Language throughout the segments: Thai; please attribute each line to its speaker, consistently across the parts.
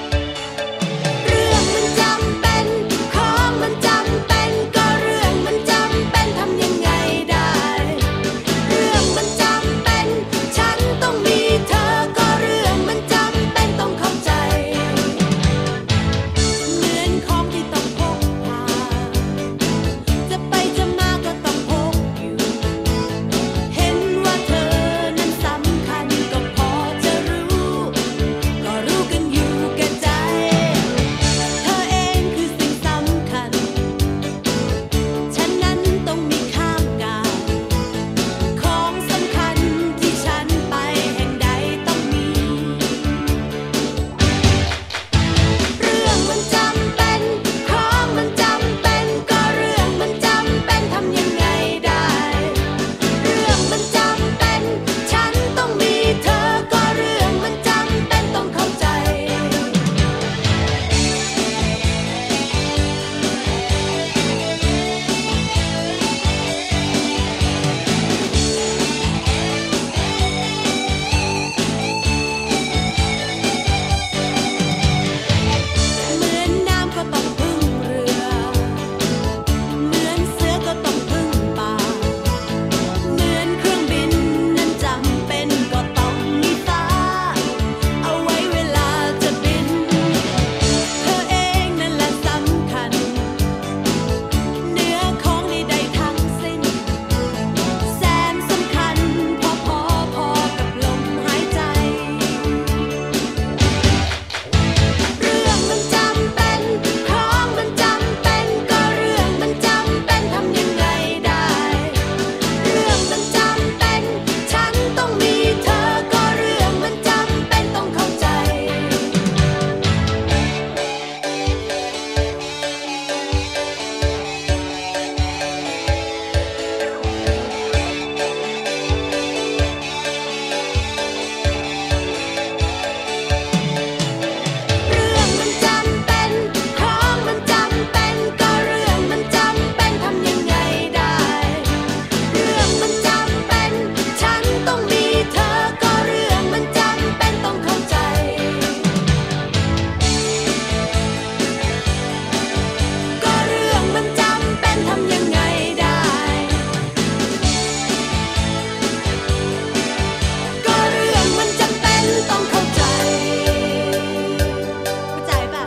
Speaker 1: เรื่องมันจำเป็น ของมันจำเป็น ก็เรื่องมันจำเป็นทำยังไงได้ เรื่องมันจำเป็น ฉันต้องมีเธอ ก็เรื่องมันจำเป็นต้องเข้าใจ เหมือนของที่ต้องพกพา จะไปจะมาก็ต้องพกอยู่ เห็นว่าเธอนั้นสำคัญก็พอจะรู้ ก็รู้กันอยู่แก่ใจ เธอเองคือสิ่งสำคัญ ฉันนั้นต้องมีข้ามกาลของสำคัญที่ฉันไปแห่งใดต้องมี เรื่องมันจำเป็น ของมันจำเป็น ก็เรื่องมันจำเป็นทำยังไงได้ เรื่องมันจำเป็น ฉันต้องมีเธอ ก็เรื่องมันจำเป็นต้องเข้าใจ เหมือนน้ำก็ต้องพึ่งเรือ เหมือนเสือก็ต้องพึ่งป่า เหมือนเครื่องบินนั้นจำเป็นก็ต้องมีตา เอาไว้เวลาจะบิน เธอเองนั่นแหละสำคัญ เนื้อของใดๆทั้งสิ้น แสนสำคัญพอพอพอกับลมหายใจ เรื่องมันจำเป็น ของมันจำเป็น ก็เรื่องมันจำเป็นทำยังไงได้ เรื่องมันจำเป็น ฉันต้องมีเธอ ก็เรื่องมันจำเป็นต้องเข้าใจ เรื่องมันจำเป็น ของมันจำเป็น ก็เรื่องมันจำเป็นทำยังไงได้ เรื่องมันจำเป็น ฉันต้องมีเธอ ก็เรื่องมันจำเป็นต้องเข้าใจ ก็เรื่องมันจำเป็นทำยังไงได้ ก็เรื่องมันจำเป็นต้องเข้าใจ เข้าใจป่ะ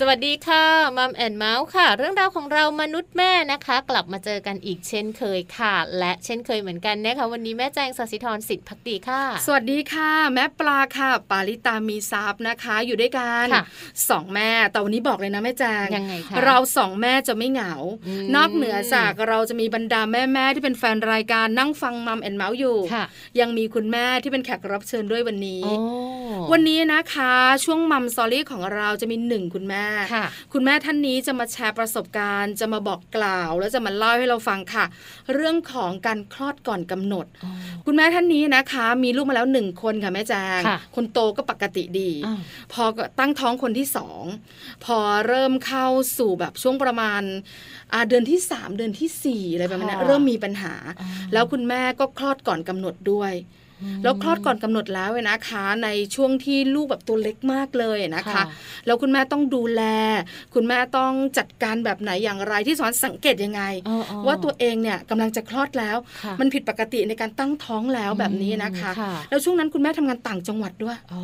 Speaker 2: สวัสดีค่ะมัมแอนเมาส์ค่ะ เรื่องราวของเรามนุษย์แม่นะคะ กลับมาเจอกันอีกเช่นเคยค่ะ และเช่นเคยเหมือนกันนะคะวันนี้แม่แจงสศิธรสิทธิพักดีค่ะ
Speaker 3: สวัสดีค่ะ แม่ปลาค่ะ ปาลิตามีซับนะคะ อยู่ด้วยกัน
Speaker 2: ค่ะ
Speaker 3: สองแม่แต่วันนี้บอกเลยนะแม่แจง
Speaker 2: ยังไงคะ
Speaker 3: เราสองแม่จะไม่เหงา
Speaker 2: อืม
Speaker 3: นอกเหนือจากเราจะมีบรรดาแม่ๆที่เป็นแฟนรายการนั่งฟังมัมแอนเมาส์อยู่
Speaker 2: ค่ะ
Speaker 3: ยังมีคุณแม่ที่เป็นแขกรับเชิญด้วยวันนี้
Speaker 2: โอ้
Speaker 3: วันนี้นะคะช่วงมัมซอรี่ของเราจะมีหนึ่งคุณแม่
Speaker 2: ค่ะ
Speaker 3: คุณแม่ท่านนี้จะมาแชร์ประสบการณ์ จะมาบอกกล่าว และจะมาเล่าให้เราฟังค่ะ เรื่องของการคลอดก่อนกำหนด คุณแม่ท่านนี้นะคะ มีลูกมาแล้วหนึ่งคนค่ะแม่แจง
Speaker 2: ค่ะ
Speaker 3: คนโตก็ปกติดี
Speaker 2: อ้าว
Speaker 3: พอตั้งท้องคนที่สองพอเริ่มเข้าสู่แบบช่วงประมาณอ่าเดือนที่สามเดือนที่สี่อะไรประมาณนั้น
Speaker 2: ค่ะ
Speaker 3: เริ่มมีปัญหา
Speaker 2: อ๋อ
Speaker 3: แล้วคุณแม่ก็คลอดก่อนกำหนดด้วย แล้วคลอดก่อนกำหนดแล้วเนี่ยนะคะ ในช่วงที่ลูกแบบตัวเล็กมากเลยนะคะ แล้วคุณแม่ต้องดูแล คุณแม่ต้องจัดการแบบไหนอย่างไรที่สอนสังเกตยังไง
Speaker 2: อ๋ออ๋อ
Speaker 3: ว่าตัวเองเนี่ยกำลังจะคลอดแล้ว
Speaker 2: ค่ะ
Speaker 3: มันผิดปกติในการตั้งท้องแล้วแบบนี้นะคะ
Speaker 2: อืม
Speaker 3: แล้วช่วงนั้นคุณแม่ทำงานต่างจังหวัดด้วย
Speaker 2: อ๋อ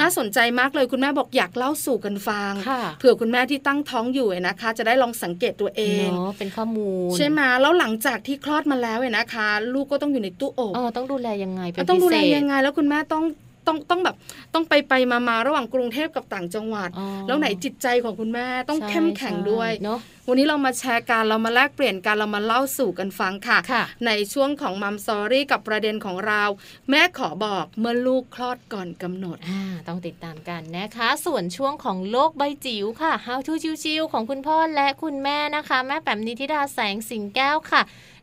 Speaker 3: น่าสนใจมากเลยคุณแม่บอกอยากเล่าสู่กันฟัง
Speaker 2: ค่ะ
Speaker 3: เผื่อคุณแม่ที่ตั้งท้องอยู่เนี่ยนะคะ จะได้ลองสังเกตตัวเอง
Speaker 2: เนาะเป็นข้อมูล
Speaker 3: ใช่ไหมแล้วหลังจากที่คลอดมาแล้วเนี่ยนะคะ ลูกก็ต้องอยู่ในตู้อบ
Speaker 2: เออต้องดูแลยังไงเป็น
Speaker 3: มันต้องดูแล
Speaker 2: พิเศษ
Speaker 3: ยังไง แล้วคุณแม่ต้องต้องต้องแบบต้องไปไปมามาระหว่างกรุงเทพกับต่างจังหวัด
Speaker 2: อ๋อ
Speaker 3: แล้วไหนจิตใจของคุณแม่ต้อง
Speaker 2: ใช่
Speaker 3: เข้มแข็งด้วย
Speaker 2: ใช่เนาะ
Speaker 3: วันนี้เรามาแชร์กันเรามาแลกเปลี่ยนกันเรามาเล่าสู่กันฟังค่ะ
Speaker 2: ค่ะ
Speaker 3: ในช่วงของมัมซอรี่กับประเด็นของเรา แม่ขอบอกเมื่อลูกคลอดก่อนกำหนด
Speaker 2: อ่าต้องติดตามกันนะคะ ส่วนช่วงของโลกใบจิ๋วค่ะ How to ชิวๆของคุณพ่อและคุณแม่นะคะ แม่แปมนิธิดาแสงสิงแก้วค่ะ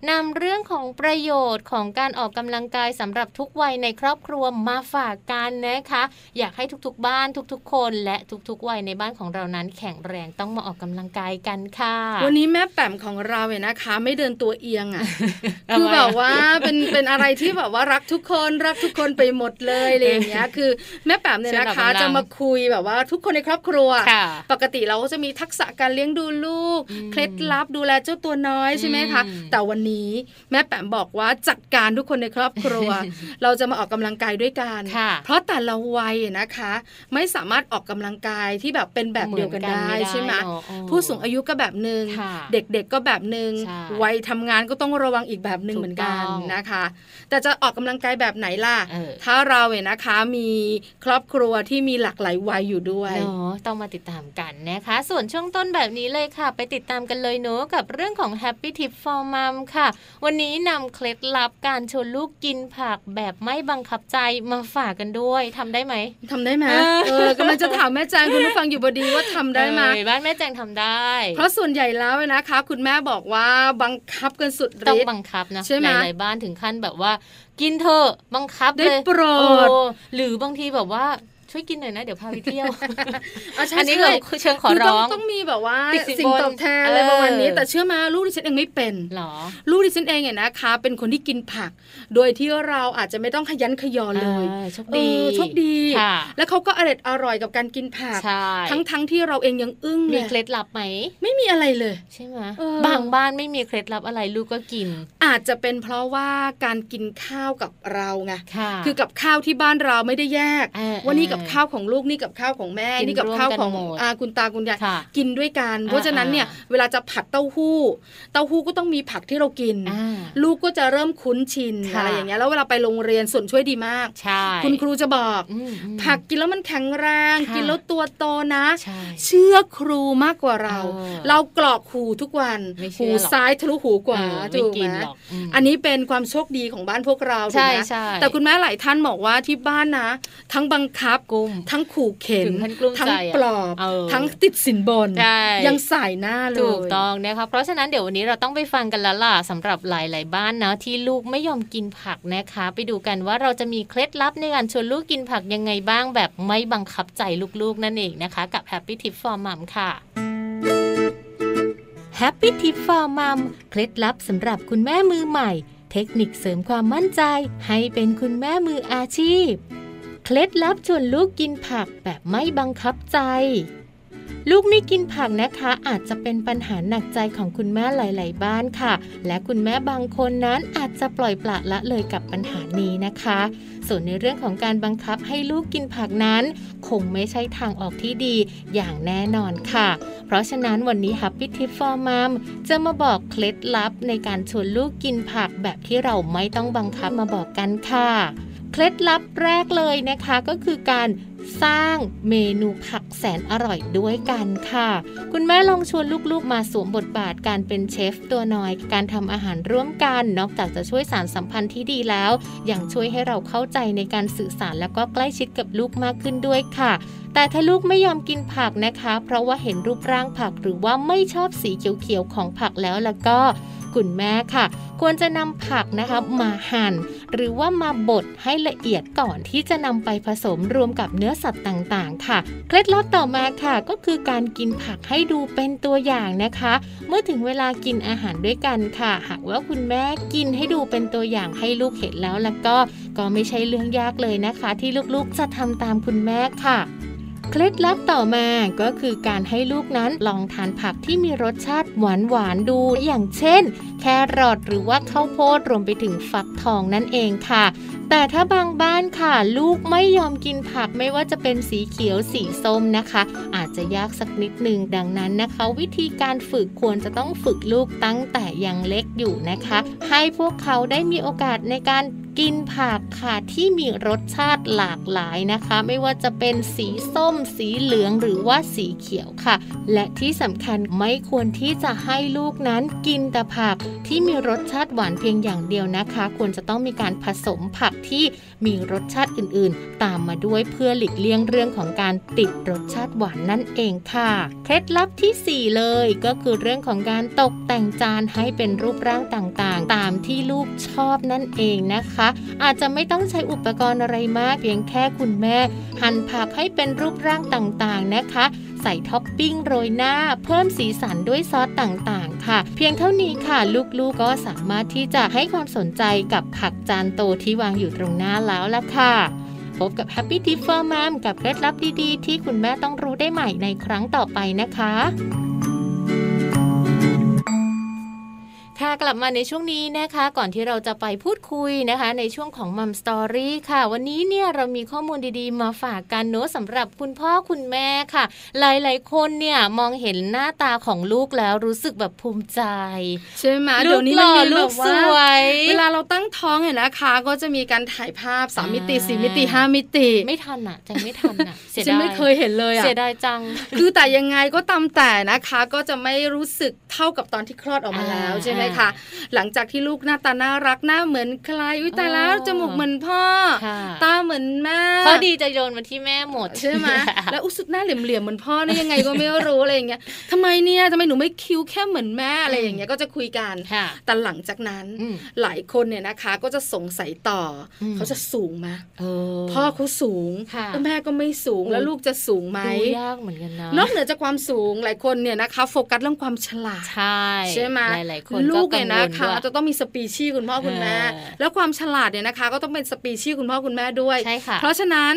Speaker 2: นำเรื่องของประโยชน์ของการออกกำลังกายสำหรับทุกวัยในครอบครัวมาฝากกันนะคะ อยากให้ทุกๆบ้านทุกๆ คนและทุกๆวัยในบ้านของเรานั้น แข็งแรงต้องมาออกกำลังกายกันค่ะ
Speaker 3: วันนี้แม่แป๋มของเราเนี่ยนะคะ ไม่เดินตัวเอียง อ่ะ
Speaker 2: ทำไมะ
Speaker 3: คือแบบว่าเป็นเป็นอะไรที่แบบว่ารักทุกคนรักทุกคนไปหมดเลยอะไรอย่างเงี้ย คือแม่แป๋มเนี่ยนะ
Speaker 2: เชิญออกกำลั
Speaker 3: คะ
Speaker 2: ง
Speaker 3: จะมาคุยแบบว่าทุกคนในครอบครัว
Speaker 2: ค่ะ
Speaker 3: ปกติเราก็จะมีทักษะการเลี้ยงดูลูก
Speaker 2: อืม
Speaker 3: เคล็ดลับดูแลเจ้าตัวน้อยใช่ไหมคะ
Speaker 2: อืม
Speaker 3: แต่วันนี้แม่แปมบอกว่าจัดการทุกคนในครอบค รัว เราจะมาออกกำลังกายด้วยกัน
Speaker 2: ค่ะ
Speaker 3: เพราะแต่ละวัยนะคะ ไม่สามารถออกกำลังกายที่แบบเป็นแบบเดียวกันได้ใช่ไหม
Speaker 2: เอนกันม่ด้เนอะ
Speaker 3: ผู้สูงอายุก็แบบหนึ่ง
Speaker 2: ค่ะ
Speaker 3: เด็กๆก็แบบหนึ่ง
Speaker 2: ใช่
Speaker 3: วัยทำงานก็ต้องระวังอีกแบบหนึ่ง
Speaker 2: ถูก
Speaker 3: เหมือนกัน
Speaker 2: ต้อง
Speaker 3: นะคะ แต่จะออกกำลังกายแบบไหนล่ะ
Speaker 2: เออ
Speaker 3: ถ้าเราเนี่ยนะคะมีครอบครัวที่มีหลากหลายวัยอยู่ด้วย
Speaker 2: เนาะต้องมาติดตามกันนะคะ ส่วนช่วงต้นแบบนี้เลยค่ะ ไปติดตามกันเลยเนาะกับเรื่องของ Happy Tip for Mom ค่ะ วันนี้นำเคล็ดลับการชวนลูกกินผักแบบไม่บังคับใจมาฝากกันด้วยทำได้ไหม
Speaker 3: ทำได้ไหม
Speaker 2: เออ
Speaker 3: เออกำลังจะถามแม่แจงคุณผู้ฟังอยู่พอดีว่าทำได้ไหม
Speaker 2: เอ้ยบ้านแม่แจงทำได้
Speaker 3: เพราะส่วนใหญ่แล้วนะคะ คุณแม่บอกว่าบังคับกันสุด
Speaker 2: ต้อ
Speaker 3: ฤ
Speaker 2: ง
Speaker 3: ทธิ์
Speaker 2: บังคับนะ
Speaker 3: ใช่ไหม
Speaker 2: หลายๆบ้านถึงขั้นแบบว่า กินเถอะบังคับ
Speaker 3: ได้
Speaker 2: เลย
Speaker 3: โปร
Speaker 2: โอ้
Speaker 3: ด
Speaker 2: หรือบางทีแบบว่าช่วยกินหน่อยนะ เดี๋ยวพาไปเที่ยว
Speaker 3: เาใช่
Speaker 2: อันนี้
Speaker 3: ใช่
Speaker 2: คือเชิงขอ
Speaker 3: คือต้
Speaker 2: ร้อง
Speaker 3: ต้องมีแบบว่า
Speaker 2: ติดสิน
Speaker 3: สิ่ง
Speaker 2: บน
Speaker 3: ตอบแทนอะไรประมาณนี้
Speaker 2: เออ
Speaker 3: แต่เชื่อมาลูกดิฉันเองไม่เป็น
Speaker 2: หรอ
Speaker 3: ลูกดิฉันเองเนี่ยนะคะ เป็นคนที่กินผัก โดยที่เราอาจจะไม่ต้องขยันขยอเลย
Speaker 2: อ่าโชค
Speaker 3: เอ
Speaker 2: ดี
Speaker 3: อโชคดี
Speaker 2: ค่ะ
Speaker 3: แล้วเขาก็อร่อยอร่อยกับการกินผัก
Speaker 2: ใช่
Speaker 3: ทั้งทั้งๆที่เราเองยังอึ้งเล
Speaker 2: มี
Speaker 3: ย
Speaker 2: เคล็ดลับไหม
Speaker 3: ไม่มีอะไรเลย
Speaker 2: ใช่ไหม
Speaker 3: เออ
Speaker 2: บางบ้านไม่มีเคล็ดลับอะไรลูกก็กิน
Speaker 3: อาจจะเป็นเพราะว่าการกินข้าวกับเราไง
Speaker 2: ค่ะ
Speaker 3: คือกับข้าวที่บ้านเราไม่ได้แยก
Speaker 2: เออ
Speaker 3: ว่านี่
Speaker 2: เออ
Speaker 3: กับข้าวของลูกนี่กับข้าวของแม่
Speaker 2: กิน
Speaker 3: นี่กัข้าวของ
Speaker 2: ร่วมกันหมด
Speaker 3: อาคุณตาคุณยาย
Speaker 2: ค่ะ
Speaker 3: กินด้วยกัน เพราะฉะนั้นเนี่ย
Speaker 2: อ่า
Speaker 3: เวลาจะผัดเต้าหู้ เต้าหู้ก็ต้องมีผักที่เรากิน
Speaker 2: อ่า
Speaker 3: ลูกก็จะเริ่มคุ้นชิน
Speaker 2: ค่ะ
Speaker 3: อะไรอย่างเงี้ยแล้วเวลาไปโรงเรียนส่วนช่วยดีมาก
Speaker 2: ใช่
Speaker 3: คุณครูจะบอก
Speaker 2: อืมอืม
Speaker 3: ผักกินแล้วมันแข็งแรง
Speaker 2: ค่ะ
Speaker 3: กินแล้วตัวโตนะ
Speaker 2: ใช่
Speaker 3: เชื่อครูมากกว่าเรา
Speaker 2: เออ
Speaker 3: เรากรอกหูทุกวัน
Speaker 2: ไม่เชื่
Speaker 3: หู
Speaker 2: อหรอก
Speaker 3: ซ้ายทะลุหูขวา
Speaker 2: เออไม่
Speaker 3: ถูก
Speaker 2: กิน
Speaker 3: ไหม
Speaker 2: หรอกม
Speaker 3: อันนี้เป็นความโชคดีของบ้านพวกเราถูกไหม
Speaker 2: ใช่ใช่
Speaker 3: แต่คุณแม่หลายท่านบอกว่าที่บ้านนะ ทั้งบังคับ
Speaker 2: กุ้ม
Speaker 3: ทั้งขู่เข็น
Speaker 2: ถึงขั้นกลุ้มใจ
Speaker 3: ทั้ง
Speaker 2: อะ
Speaker 3: ปลอบ
Speaker 2: เออ
Speaker 3: ทั้งติดสินบน
Speaker 2: ใช่
Speaker 3: ยังสายหน้าเลย
Speaker 2: ถูกต้องนะคะเพราะฉะนั้นเดี๋ยววันนี้เราต้องไปฟังกันแล้วล่ะสำหรับหลาย ๆ บ้านนะที่ลูกไม่ยอมกินผักนะคะ ไปดูกันว่าเราจะมีเคล็ดลับในการชวนลูกกินผักยังไงบ้างแบบไม่บังคับใจลูก ๆ นั่นเองนะคะ กับ Happy Tip for Mom ค่ะ Happy Tip for Mom เคล็ดลับสำหรับคุณแม่มือใหม่ เทคนิคเสริมความมั่นใจ ให้เป็นคุณแม่มืออาชีพ เคล็ดลับชวนลูกกินผักแบบไม่บังคับใจ ลูกไม่กินผักนะคะอาจจะเป็นปัญหาหนักใจของคุณแม่หลาย ๆ บ้านค่ะ และคุณแม่บางคนนั้นอาจจะปล่อยปละละเลยกับปัญหานี้นะคะ ส่วนในเรื่องของการบังคับให้ลูกกินผักนั้น คงไม่ใช่ทางออกที่ดีอย่างแน่นอนค่ะ เพราะฉะนั้นวันนี้ Happy Tip for Mom จะมาบอกเคล็ดลับในการชวนลูกกินผักแบบที่เราไม่ต้องบังคับมาบอกกันค่ะ เคล็ดลับแรกเลยนะคะก็คือการสร้างเมนูผักแสนอร่อยด้วยกันค่ะ คุณแม่ลองชวนลูกๆมาสวมบทบาทการเป็นเชฟตัวน้อย การทำอาหารร่วมกัน นอกจากจะช่วยสารสัมพันธ์ที่ดีแล้ว ยังช่วยให้เราเข้าใจในการสื่อสารแล้วก็ใกล้ชิดกับลูกมากขึ้นด้วยค่ะ แต่ถ้าลูกไม่ยอมกินผักนะคะ เพราะว่าเห็นรูปร่างผักหรือว่าไม่ชอบสีเขียวๆของผักแล้วแล้วก็ คุณแม่ค่ะ ควรจะนำผักนะคะมาหั่น หรือว่ามาบดให้ละเอียดก่อนที่จะนำไปผสมรวมกับเนื้อสัตว์ต่างๆ ค่ะ เคล็ดลับต่อมาค่ะ ก็คือการกินผักให้ดูเป็นตัวอย่างนะคะ เมื่อถึงเวลากินอาหารด้วยกันค่ะ หากว่าคุณแม่กินให้ดูเป็นตัวอย่างให้ลูกเห็นแล้วแล้วก็ก็ไม่ใช่เรื่องยากเลยนะคะ ที่ลูกๆจะทำตามคุณแม่ค่ะ เคล็ดลับต่อมาก็คือการให้ลูกนั้นลองทานผักที่มีรสชาติหวานหวานๆดู อย่างเช่น แครอทหรือว่าข้าวโพดรวมไปถึงฟักทองนั่นเองค่ะ แต่ถ้าบางบ้านค่ะ ลูกไม่ยอมกินผักไม่ว่าจะเป็นสีเขียวสีส้มนะคะ อาจจะยากสักนิดหนึ่งดังนั้นนะคะ วิธีการฝึกควรจะต้องฝึกลูกตั้งแต่ยังเล็กอยู่นะคะ ให้พวกเขาได้มีโอกาสในการกินผักค่ะที่มีรสชาติหลากหลายนะคะ ไม่ว่าจะเป็นสีส้ม สีเหลืองหรือว่าสีเขียวค่ะ และที่สำคัญไม่ควรที่จะให้ลูกนั้นกินแต่ผักที่มีรสชาติหวานเพียงอย่างเดียวนะคะ ควรจะต้องมีการผสมผักที่มีรสชาติอื่นๆ ตามมาด้วยเพื่อหลีกเลี่ยงเรื่องของการติดรสชาติหวานนั่นเองค่ะเคล็ดลับที่สี่เลยก็คือเรื่องของการตกแต่งจานให้เป็นรูปร่างต่างๆ ตามที่ลูกชอบนั่นเองนะคะ อาจจะไม่ต้องใช้อุปกรณ์อะไรมากเพียงแค่คุณแม่ หั่นผักให้เป็นรูปร่างต่างๆนะคะ ใส่ท็อปปิ้งโรยหน้า เพิ่มสีสันด้วยซอสต่างๆ ค่ะ เพียงเท่านี้ค่ะ ลูกๆก็สามารถที่จะให้ความสนใจกับผักจานโตที่วางอยู่ตรงหน้าแล้วล่ะค่ะ พบกับ Happy t i p f e r Mom กับเคล็ดลับดีๆ ที่คุณแม่ต้องรู้ได้ใหม่ในครั้งต่อไปนะคะ ค่ะกลับมาในช่วงนี้นะคะ ก่อนที่เราจะไปพูดคุยนะคะ ในช่วงของมัมสตอรี่ค่ะ วันนี้เนี่ยเรามีข้อมูลดีๆ มาฝากกันเนอะสำหรับคุณพ่อคุณแม่ค่ะ หลายๆคนเนี่ยมองเห็นหน้าตาของลูกแล้วรู้สึกแบบภูมิใจ
Speaker 3: ใช่ไหม
Speaker 2: ลู
Speaker 3: เดี๋
Speaker 2: ก
Speaker 3: ยวนี้
Speaker 2: หล่
Speaker 3: มัน
Speaker 2: อ
Speaker 3: มี
Speaker 2: ลู
Speaker 3: แบ
Speaker 2: ก
Speaker 3: บ
Speaker 2: ส
Speaker 3: ว่า
Speaker 2: วย
Speaker 3: เวลาเราตั้งท้องเนี่ยนะคะ ก็จะมีการถ่ายภาพสาม
Speaker 2: อ่ามิ
Speaker 3: มิติสี่มิติห้ามิติ
Speaker 2: ไม่ทัน อ่ะจะไม่ทันอ่ะเสีย
Speaker 3: ฉัน
Speaker 2: ดาย
Speaker 3: ไม่เคยเห็นเลยอ่ะ
Speaker 2: เสียดายจัง
Speaker 3: คือแต่ยังไงก็ตามแต่นะคะ ก็จะไม่รู้สึกเท่ากับตอนที่คลอดออกมาแล้ว
Speaker 2: อ่า
Speaker 3: ใช่ไหมคะหลังจากที่ลูกหน้าตาน่ารักหน้าเหมือนใครอุ้ยแต่แล้ว
Speaker 2: อ๋อ
Speaker 3: จมูกเหมือนพ่อ
Speaker 2: ค่ะ
Speaker 3: ตาเหมือนแม่
Speaker 2: ข้อดีจะโยนมาที่แม่หมด
Speaker 3: ใช่ ไหมแล้วอุยสุดหน้าเหลี่ยมๆเหมือนพ่อได้ยังไงก็ไม่รู้อะไรอย่างเงี้ยทำไมเนี่ยทำไมหนูไม่คิ้วแค่เหมือนแม่อะไรอย่างเงี้ยก็จะคุยกัน
Speaker 2: ค่ะ
Speaker 3: แต่หลังจากนั้น
Speaker 2: อืม
Speaker 3: หลายคนเนี่ยนะคะก็จะสงสัยต่ออ
Speaker 2: ม
Speaker 3: เขาจะสูงไหม
Speaker 2: เออ
Speaker 3: พ่อเขาสูง
Speaker 2: ค่ะ
Speaker 3: แล้วแม่ก็ไม่สูง
Speaker 2: โอ้
Speaker 3: แล้วลูกจะสูงไหม
Speaker 2: ดูยากเหมือนกันนะ
Speaker 3: นอกเหนือจากความสูงหลายคนเนี่ยนะคะ โฟกัสเรื่องความฉลาด
Speaker 2: ใช่
Speaker 3: ใช่ไหม
Speaker 2: หลาย ๆ คน
Speaker 3: ลูก
Speaker 2: กั
Speaker 3: เนี่
Speaker 2: ง
Speaker 3: ยว
Speaker 2: ล
Speaker 3: นะคะ
Speaker 2: ด้วย
Speaker 3: จะต้องมีสปีชีส์คุณพ่อคุณแม่
Speaker 2: เออ
Speaker 3: แล้วความฉลาดเนี่ยนะคะ ก็ต้องเป็นสปีชีส์คุณพ่อคุณแม่ด้วย
Speaker 2: ใช่ค่ะ
Speaker 3: เพราะฉะนั้น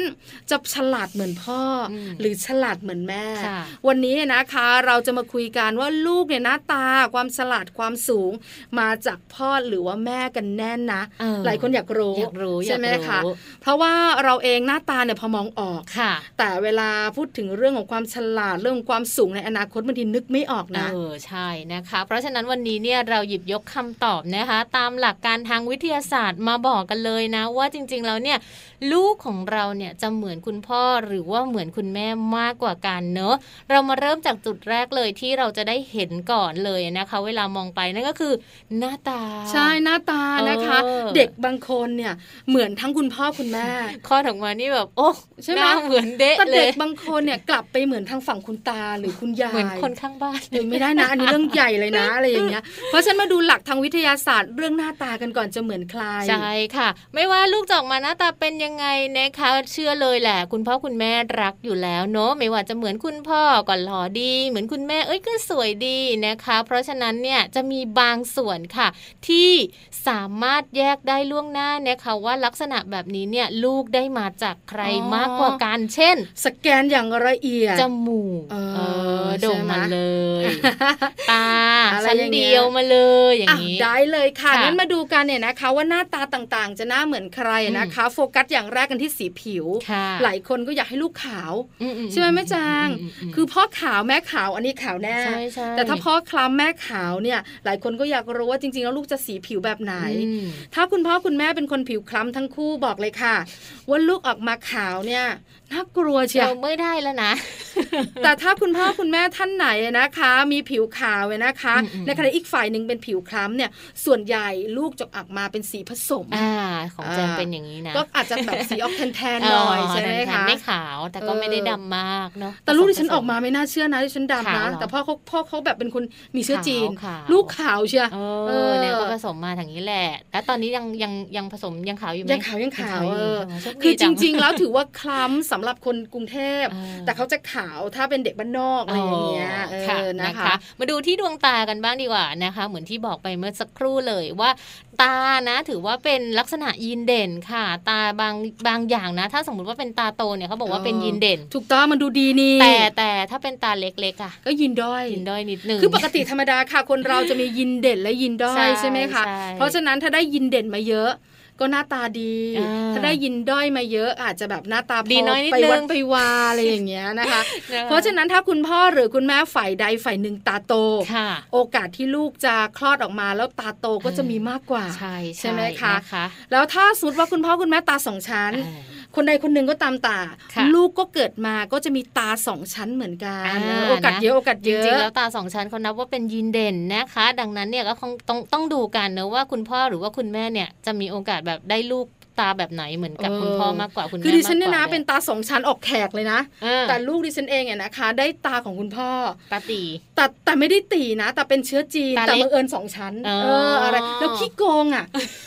Speaker 3: จะฉลาดเหมือนพ่ออ
Speaker 2: ม
Speaker 3: หรือฉลาดเหมือนแม่
Speaker 2: ค่ะ
Speaker 3: วันนี้นะคะเราจะมาคุยกันว่าลูกเนี่ยหน้าตาความฉลาดความสูง มาจากพ่อหรือว่าแม่กันแน่นนะ
Speaker 2: เออ
Speaker 3: หลายคนอยากรู้
Speaker 2: อยากรู้
Speaker 3: ใช่ไหม
Speaker 2: อยากรู้
Speaker 3: คะเพราะว่าเราเองหน้าตาเนี่ยพอมองออก
Speaker 2: ค่ะ
Speaker 3: แต่เวลาพูดถึงเรื่องของความฉลาดเรื่องของความสูงในอนาคตบางทีนึกไม่ออก
Speaker 2: เอ
Speaker 3: นะ
Speaker 2: อใช่นะคะ เพราะฉะนั้นวันนี้เนี่ยเราหยิบยกคำตอบนะคะ ตามหลักการทางวิทยาศาสตร์มาบอกกันเลยนะ ว่าจริง ๆ แล้วเนี่ย ลูกของเราเนี่ยจะเหมือนคุณพ่อหรือว่าเหมือนคุณแม่มากกว่ากันเนอะเรามาเริ่มจากจุดแรกเลยที่เราจะได้เห็นก่อนเลยนะคะ เวลามองไปนั่นก็คือหน้าตา
Speaker 3: ใช่หน้าตานะคะ
Speaker 2: เออ
Speaker 3: เด็กบางคนเนี่ยเหมือนทั้งคุณพ่อคุณแม่
Speaker 2: คลอดออกมานี่แบบ โอ้
Speaker 3: ใช่ไหม
Speaker 2: น้าเหมือนเดะ
Speaker 3: แต่
Speaker 2: เล
Speaker 3: เด็
Speaker 2: ย
Speaker 3: กบางคนเนี่ยกลับไปเหมือนทางฝั่งคุณตาหรือคุณยาย
Speaker 2: เหมือนคนข้างบ้าน
Speaker 3: เดี๋ยวไม่ได้นะ อันนี้เรื่องใหญ่เลย นะ อะไรอย่างเงี้ย เพราะฉะนันมาดูหลักทางวิทยาศาสตร์ เรื่องหน้าตากันก่อนจะเหมือนใคร
Speaker 2: ใช่ค่ะ ไม่ว่าลูกจะออกมาหน้าตาเป็นยังไงนะคะ เชื่อเลยแหละ คุณพ่อคุณแม่รักอยู่แล้วเนอะไม่ว่าจะเหมือนคุณพ่อก่อนหล่อดี เหมือนคุณแม่เอ้ยก็สวยดีนะคะ เพราะฉะนั้นเนี่ยจะมีบางส่วนค่ะ ที่สามารถแยกได้ล่วงหน้านะคะว่าลักษณะแบบนี้เนี่ยลูกได้มาจากใคร
Speaker 3: อ๋อ
Speaker 2: มากกว่ากันเช่น
Speaker 3: สแกนอย่างละเอียด
Speaker 2: จมูก
Speaker 3: เออ
Speaker 2: อโด่งมา
Speaker 3: ใช่ไหม
Speaker 2: เลย ตา
Speaker 3: อะไร
Speaker 2: ชั้น
Speaker 3: อย่างเงี้ย
Speaker 2: เดียวมาเลยอย่าง
Speaker 3: อ่ะ
Speaker 2: นี้
Speaker 3: ได้เลยค่ะ
Speaker 2: ค่ะ
Speaker 3: งั้นมาดูกันเนี่ยนะคะ ว่าหน้าตาต่างๆ จะหน้าเหมือนใครนะคะ โฟกัสอย่างแรกกันที่สีผิว
Speaker 2: ค่ะ
Speaker 3: หลายคนก็อยากให้ลูกขาว
Speaker 2: อืๆๆ
Speaker 3: ใช่ไหมแม่จาง
Speaker 2: อืมๆๆ
Speaker 3: คือพ่อขาวแม่ขาวอันนี้ขาวแน่
Speaker 2: ใช่ใช่
Speaker 3: แต่ถ้าพ่อคล้ำแม่ขาวเนี่ย หลายคนก็อยากรู้ว่าจริงๆแล้วลูกจะสีผิวแบบไหน
Speaker 2: อืม
Speaker 3: ถ้าคุณพ่อคุณแม่เป็นคนผิวคล้ำทั้งคู่บอกเลยค่ะ ว่าลูกออกมาขาวเนี่ยน่ากลัวเชีย
Speaker 2: เรา
Speaker 3: ว
Speaker 2: ไม่ได้แล้วนะ
Speaker 3: แต่ถ้าคุณพ่อคุณแม่ท่านไหนนะคะ มีผิวขาวเว้ยนะคะ
Speaker 2: อืมอืม
Speaker 3: ในขณะอีกฝ่ายหนึ่งเป็นผิวคล้ำเนี่ยส่วนใหญ่ลูกจะออกมาเป็นสีผสม
Speaker 2: อ่า ของแจน
Speaker 3: อ่า
Speaker 2: เป็นอย่างนี้นะ
Speaker 3: ก็อาจจะแบบสีออกแทนๆหน่อยใช่ไหม
Speaker 2: อ๋อ
Speaker 3: คะ
Speaker 2: ไม่ขาวแต่ก็
Speaker 3: เออ
Speaker 2: ไม่ได้ดำมากเนาะ
Speaker 3: แต่ลูกที่ฉัน
Speaker 2: ผส
Speaker 3: ออกมาไม่น่าเชื่อนะที่ฉันดำ
Speaker 2: ขาว
Speaker 3: นะ
Speaker 2: เหรอ
Speaker 3: แต่พ่อเขาพ่อเขาแบบเป็นคนมีเชื้อจีน
Speaker 2: ขาวๆ
Speaker 3: ลูกขาวเชีย
Speaker 2: เอ
Speaker 3: เอ
Speaker 2: อ
Speaker 3: อ
Speaker 2: เนี่ยก็ผสมมาอย่างนี้แหละ แล้วตอนนี้ยังยังยังผสมยังขาวอยู่ไหม
Speaker 3: ยังขาวยังขาว
Speaker 2: อยู่
Speaker 3: เออ
Speaker 2: โชดี
Speaker 3: คือจ
Speaker 2: ง
Speaker 3: ริง ๆ แล้วถือว่าคล้ำสำหรับคนกรุงเทพ
Speaker 2: เออ
Speaker 3: แต่เขาจะขาวถ้าเป็นเด็กบ้านนอกอะไรอย่างเงี้ยเอ
Speaker 2: ค่ะ
Speaker 3: อนะ
Speaker 2: นะคะ
Speaker 3: คะ
Speaker 2: มาดูที่ดวงตากันบ้างดีกว่านะคะ เหมือนที่บอกไปเมื่อสักครู่เลยว่า ตานะ ถือว่าเป็นลักษณะยีนเด่นค่ะ ตาบางบางอย่างนะ ถ้าสมมติว่าเป็นตาโตเนี่ยเขาบอกว่าเป็นยีนเด่น
Speaker 3: ถูกต้องมันดูดีนี่
Speaker 2: แต่แต่ถ้าเป็นตาเล็กๆอะ
Speaker 3: ก็ยินด้อย
Speaker 2: ยินด้อยนิดหนึ่ง
Speaker 3: คือปกติธรรมดาค่ะ คนเราจะมียินเด่นและยินด้อ
Speaker 2: ใช่
Speaker 3: ยใช่ไหมคะ
Speaker 2: ใช่
Speaker 3: เพราะฉะนั้นถ้าได้ยินเด่นมาเยอะ ก็หน้าตาดี
Speaker 2: อ่า
Speaker 3: ถ้าได้ยินด้อยมาเยอะอาจจะแบบหน้าตาพ
Speaker 2: ดีน้อยนิด
Speaker 3: ไป
Speaker 2: นึง
Speaker 3: วัดไปวาอะไรอย่างเงี้ยนะคะ
Speaker 2: นะคะ
Speaker 3: เพราะฉะนั้นถ้าคุณพ่อหรือคุณแม่ฝ่ายใดฝ่ายหนึ่งตาโต
Speaker 2: ค่ะ
Speaker 3: โอกาสที่ลูกจะคลอดออกมาแล้วตาโตก็จะมีมากกว่า
Speaker 2: ใช่
Speaker 3: ใช่ไหมคะ
Speaker 2: นคะ
Speaker 3: แล้วถ้าสมมติว่าคุณพ่อคุณแม่ตาสองชั้น
Speaker 2: อ่า
Speaker 3: คนใดคนหนึ่งก็ตามตา
Speaker 2: ค่ะ
Speaker 3: ลูกก็เกิดมาก็จะมีตาสองชั้นเหมือนกัน
Speaker 2: อ่า
Speaker 3: โอกาสเยอะโอกาส
Speaker 2: จ
Speaker 3: เยอะ
Speaker 2: ริงๆแล้วตาสองชั้นเขานับว่าเป็นยีนเด่นนะคะ ดังนั้นเนี่ยก็คงต้องต้องดูกันเนอะว่าคุณพ่อหรือว่าคุณแม่เนี่ยจะมีโอกาสแบบได้ลูกตาแบบไหนเหมือนกับ
Speaker 3: เออ
Speaker 2: คุณพ่อมากกว่าคุณแม่
Speaker 3: คือดิฉันเนี่ยนะ
Speaker 2: มากกว่า
Speaker 3: เป็นตาสองชั้นออกแขกเลยนะ
Speaker 2: อ่า
Speaker 3: แต่ลูกดิฉันเองเนี่ยนะคะ ได้ตาของคุณพ่อ
Speaker 2: ตาตี
Speaker 3: แต่แต่ไม่ได้ตีนะ แต่เป็นเชื้อจีน
Speaker 2: ตาเล็ก
Speaker 3: แต่บังเอิญสองชั้น
Speaker 2: อ๋อ
Speaker 3: เอออะไรแล้วขี้โกงอ่ะ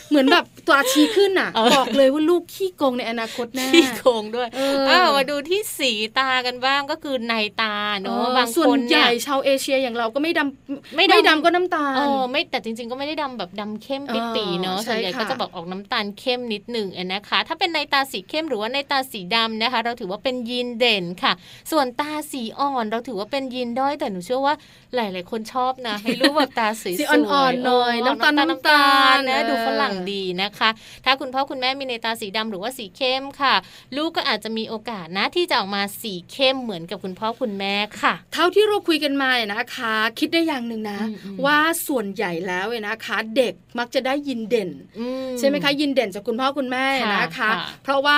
Speaker 3: เหมือนแบบ ตัวอาชีขึ้นอ่ะ
Speaker 2: เออ
Speaker 3: บอกเลยว่าลูกขี้โกงในอนาคตแน่
Speaker 2: ที่โครงด้วย
Speaker 3: เออ
Speaker 2: เอามาดูที่สีตากันบ้างก็คือในตาเนอะ
Speaker 3: เออบ
Speaker 2: าง
Speaker 3: ส่ว
Speaker 2: คน น
Speaker 3: ให
Speaker 2: เนี่ย
Speaker 3: ญ่ชาวเอเชียอย่างเราก็ไม่ดำ
Speaker 2: ไม่ดำ
Speaker 3: ก็น้ำตาล
Speaker 2: เออไม่แต่จริงๆก็ไม่ได้ดำแบบดำเข้ม
Speaker 3: เออ
Speaker 2: ปิดปีเนาะ
Speaker 3: ใช่
Speaker 2: ส่วนใหญ่
Speaker 3: ค่ะ
Speaker 2: ก็จะบอกออกน้ำตาลเข้มนิดหนึ่งอะนะคะ ถ้าเป็นในตาสีเข้มหรือว่าในตาสีดำนะคะ เราถือว่าเป็นยีนเด่นค่ะ ส่วนตาสีอ่อนเราถือว่าเป็นยีนด้อยแต่หนูเชื่อว่าหลายๆคนชอบนะ ให้รู้แบบตาสี
Speaker 3: สีอ่อนๆหน่อยน้ำตาลน้ำตาล
Speaker 2: นะ
Speaker 3: เออ
Speaker 2: ดูฝรั่งดีนะคะ ถ้าคุณพ่อคุณแม่มีในตาสีดำหรือว่าสีเข้มค่ะ ลูกก็อาจจะมีโอกาสนะที่จะออกมาสีเข้มเหมือนกับคุณพ่อคุณแม่ค่ะ
Speaker 3: เท่าที่เราคุยกันมาเนี่ยนะคะ คิดได้อย่างหนึ่งนะ
Speaker 2: อืมอืม
Speaker 3: ว่าส่วนใหญ่แล้วเนี่ยนะคะ เด็กมักจะได้ยินเด่น
Speaker 2: อื
Speaker 3: ใช่ไหมคะยินเด่นจากคุณพ่อคุณแม่
Speaker 2: ค่ะ
Speaker 3: นะคะ
Speaker 2: ค่ะ
Speaker 3: เพราะว่า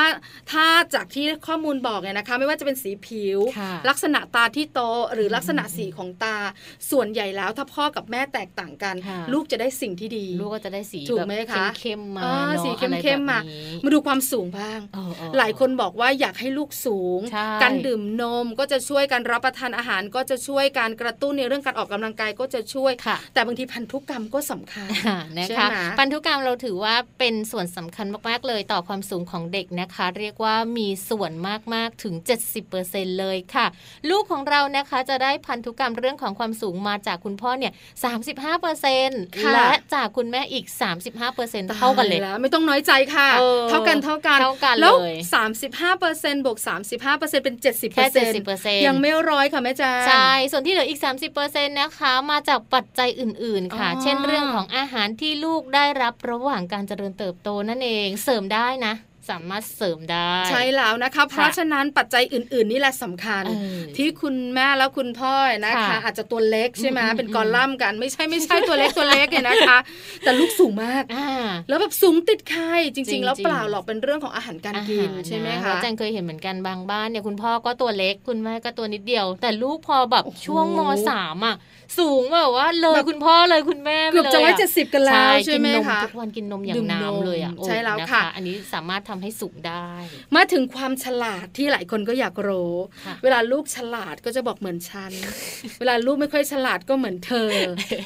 Speaker 3: ถ้าจากที่ข้อมูลบอกเนี่ยนะคะ ไม่ว่าจะเป็นสีผิว
Speaker 2: ค่ะ
Speaker 3: ลักษณะตาที่โตหรือ
Speaker 2: ม
Speaker 3: ลักษณะสีของตา ส่วนใหญ่แล้วถ้าพ่อกับแม่แตกต่างกัน
Speaker 2: ค่ะ
Speaker 3: ลูกจะได้สิ่งที่ดี
Speaker 2: ลูกก็จะได้สี
Speaker 3: ถูก
Speaker 2: แบบ
Speaker 3: ไหมคะ
Speaker 2: เข้มๆมา
Speaker 3: อ่า
Speaker 2: เนาะ
Speaker 3: สีเข้มๆ
Speaker 2: อะไรแบบ
Speaker 3: มา
Speaker 2: นี้
Speaker 3: มาดูความสูงบ้าง
Speaker 2: เออเออ
Speaker 3: หลายคนบอกว่าอยากให้ลูกสูง
Speaker 2: ใช่
Speaker 3: การดื่มนมก็จะช่วยการรับประทานอาหารก็จะช่วยการกระตุ้นในเรื่องการออกกำลังกายก็จะช่วย
Speaker 2: ค่ะ
Speaker 3: แต่บางทีพันธุกรรมก็สำคัญ
Speaker 2: อ่านะ
Speaker 3: ใช่
Speaker 2: คะ
Speaker 3: ไหม
Speaker 2: พันธุกรรมเราถือว่าเป็นส่วนสำคัญมากๆเลยต่อความสูงของเด็กนะคะ เรียกว่ามีส่วนมากๆถึง 70%เลยค่ะ ลูกของเรานะคะจะได้พันธุกรรมเรื่องของความสูงมาจากคุณพ่อเนี่ย35%
Speaker 3: ะ
Speaker 2: และจากคุณแม่อีก 35%เท่ากันเลย
Speaker 3: ตแล้วไม่ต้องน้อยใจค่ะ
Speaker 2: เออ
Speaker 3: กันเท่ากัน
Speaker 2: เท่ากัน
Speaker 3: แล้ว
Speaker 2: เลย
Speaker 3: สามสิบห้าเปอร์เซ็นต์บวกสามสิบห้าเปอร์เซ็นต์เป็นเจ็ดสิบ
Speaker 2: แค่
Speaker 3: เปอร์เซ็นต์
Speaker 2: 70%
Speaker 3: ยังไม่ร้อยค่ะแม่แจาง
Speaker 2: ใช่ ส่วนที่เหลืออีก 30%นะคะ มาจากปัจจัยอื่นๆ ค่ะ
Speaker 3: อ๋อ
Speaker 2: เช่นเรื่องของอาหารที่ลูกได้รับระหว่างการเจริญเติบโตนั่นเอง เสริมได้นะ สามารถเสริมได้
Speaker 3: ใช่แล้วนะคะ เพราะฉะนั้นปัจจัยอื่น ๆ นี่แหละสำคัญ
Speaker 2: เออ
Speaker 3: ที่คุณแม่แล้วคุณพ่อนะคะ
Speaker 2: ค่ะ
Speaker 3: อาจจะตัวเล็กใช่ไหม
Speaker 2: อืมอืม
Speaker 3: เป็นกอลัมน์กันไม่ใช่ไม่ใช่ตัวเล็กตัวเล็กเนี่ยนะคะ แต่ลูกสูงมาก
Speaker 2: อ่า
Speaker 3: แล้วแบบสูงติดไข้
Speaker 2: จ
Speaker 3: จ
Speaker 2: ริ
Speaker 3: ริ
Speaker 2: ง
Speaker 3: ง
Speaker 2: ๆ
Speaker 3: ๆ แล้วเปล่าหรอกเป็นเรื่องของอาหารการกิน
Speaker 2: อาาร
Speaker 3: ใช่ไหม
Speaker 2: น
Speaker 3: คะ
Speaker 2: เราแจงเคยเห็นเหมือนกันบางบ้านเนี่ยคุณพ่อก็ตัวเล็กคุณแม่ก็ตัวนิดเดียว แต่ลูกพอแบบ
Speaker 3: โอ้โห
Speaker 2: ช่วงมสามอ่ะ สูงแบบว่าเลย
Speaker 3: แบบ
Speaker 2: คุณพ่อเลยคุณแม่ไป
Speaker 3: เกือบจะร้อยเจ็ดสิบกันแล้
Speaker 2: ใช่
Speaker 3: วใช่
Speaker 2: กิน
Speaker 3: ไหม
Speaker 2: นม
Speaker 3: คะ
Speaker 2: ทุกวันกินนมอ
Speaker 3: ดื่
Speaker 2: ย่าง
Speaker 3: มนม
Speaker 2: น้ำเลยอ่ะโอ้
Speaker 3: ใช่แล้ว
Speaker 2: น
Speaker 3: ค่ะ
Speaker 2: อันนี้สามารถทำให้สุกได้
Speaker 3: มาถึงความฉลาดที่หลายคนก็อยากรู้
Speaker 2: ค่ะ
Speaker 3: เวลาลูกฉลาดก็จะบอกเหมือน ฉัน เวลาลูกไม่ค่อยฉลาดก็เหมือนเธอ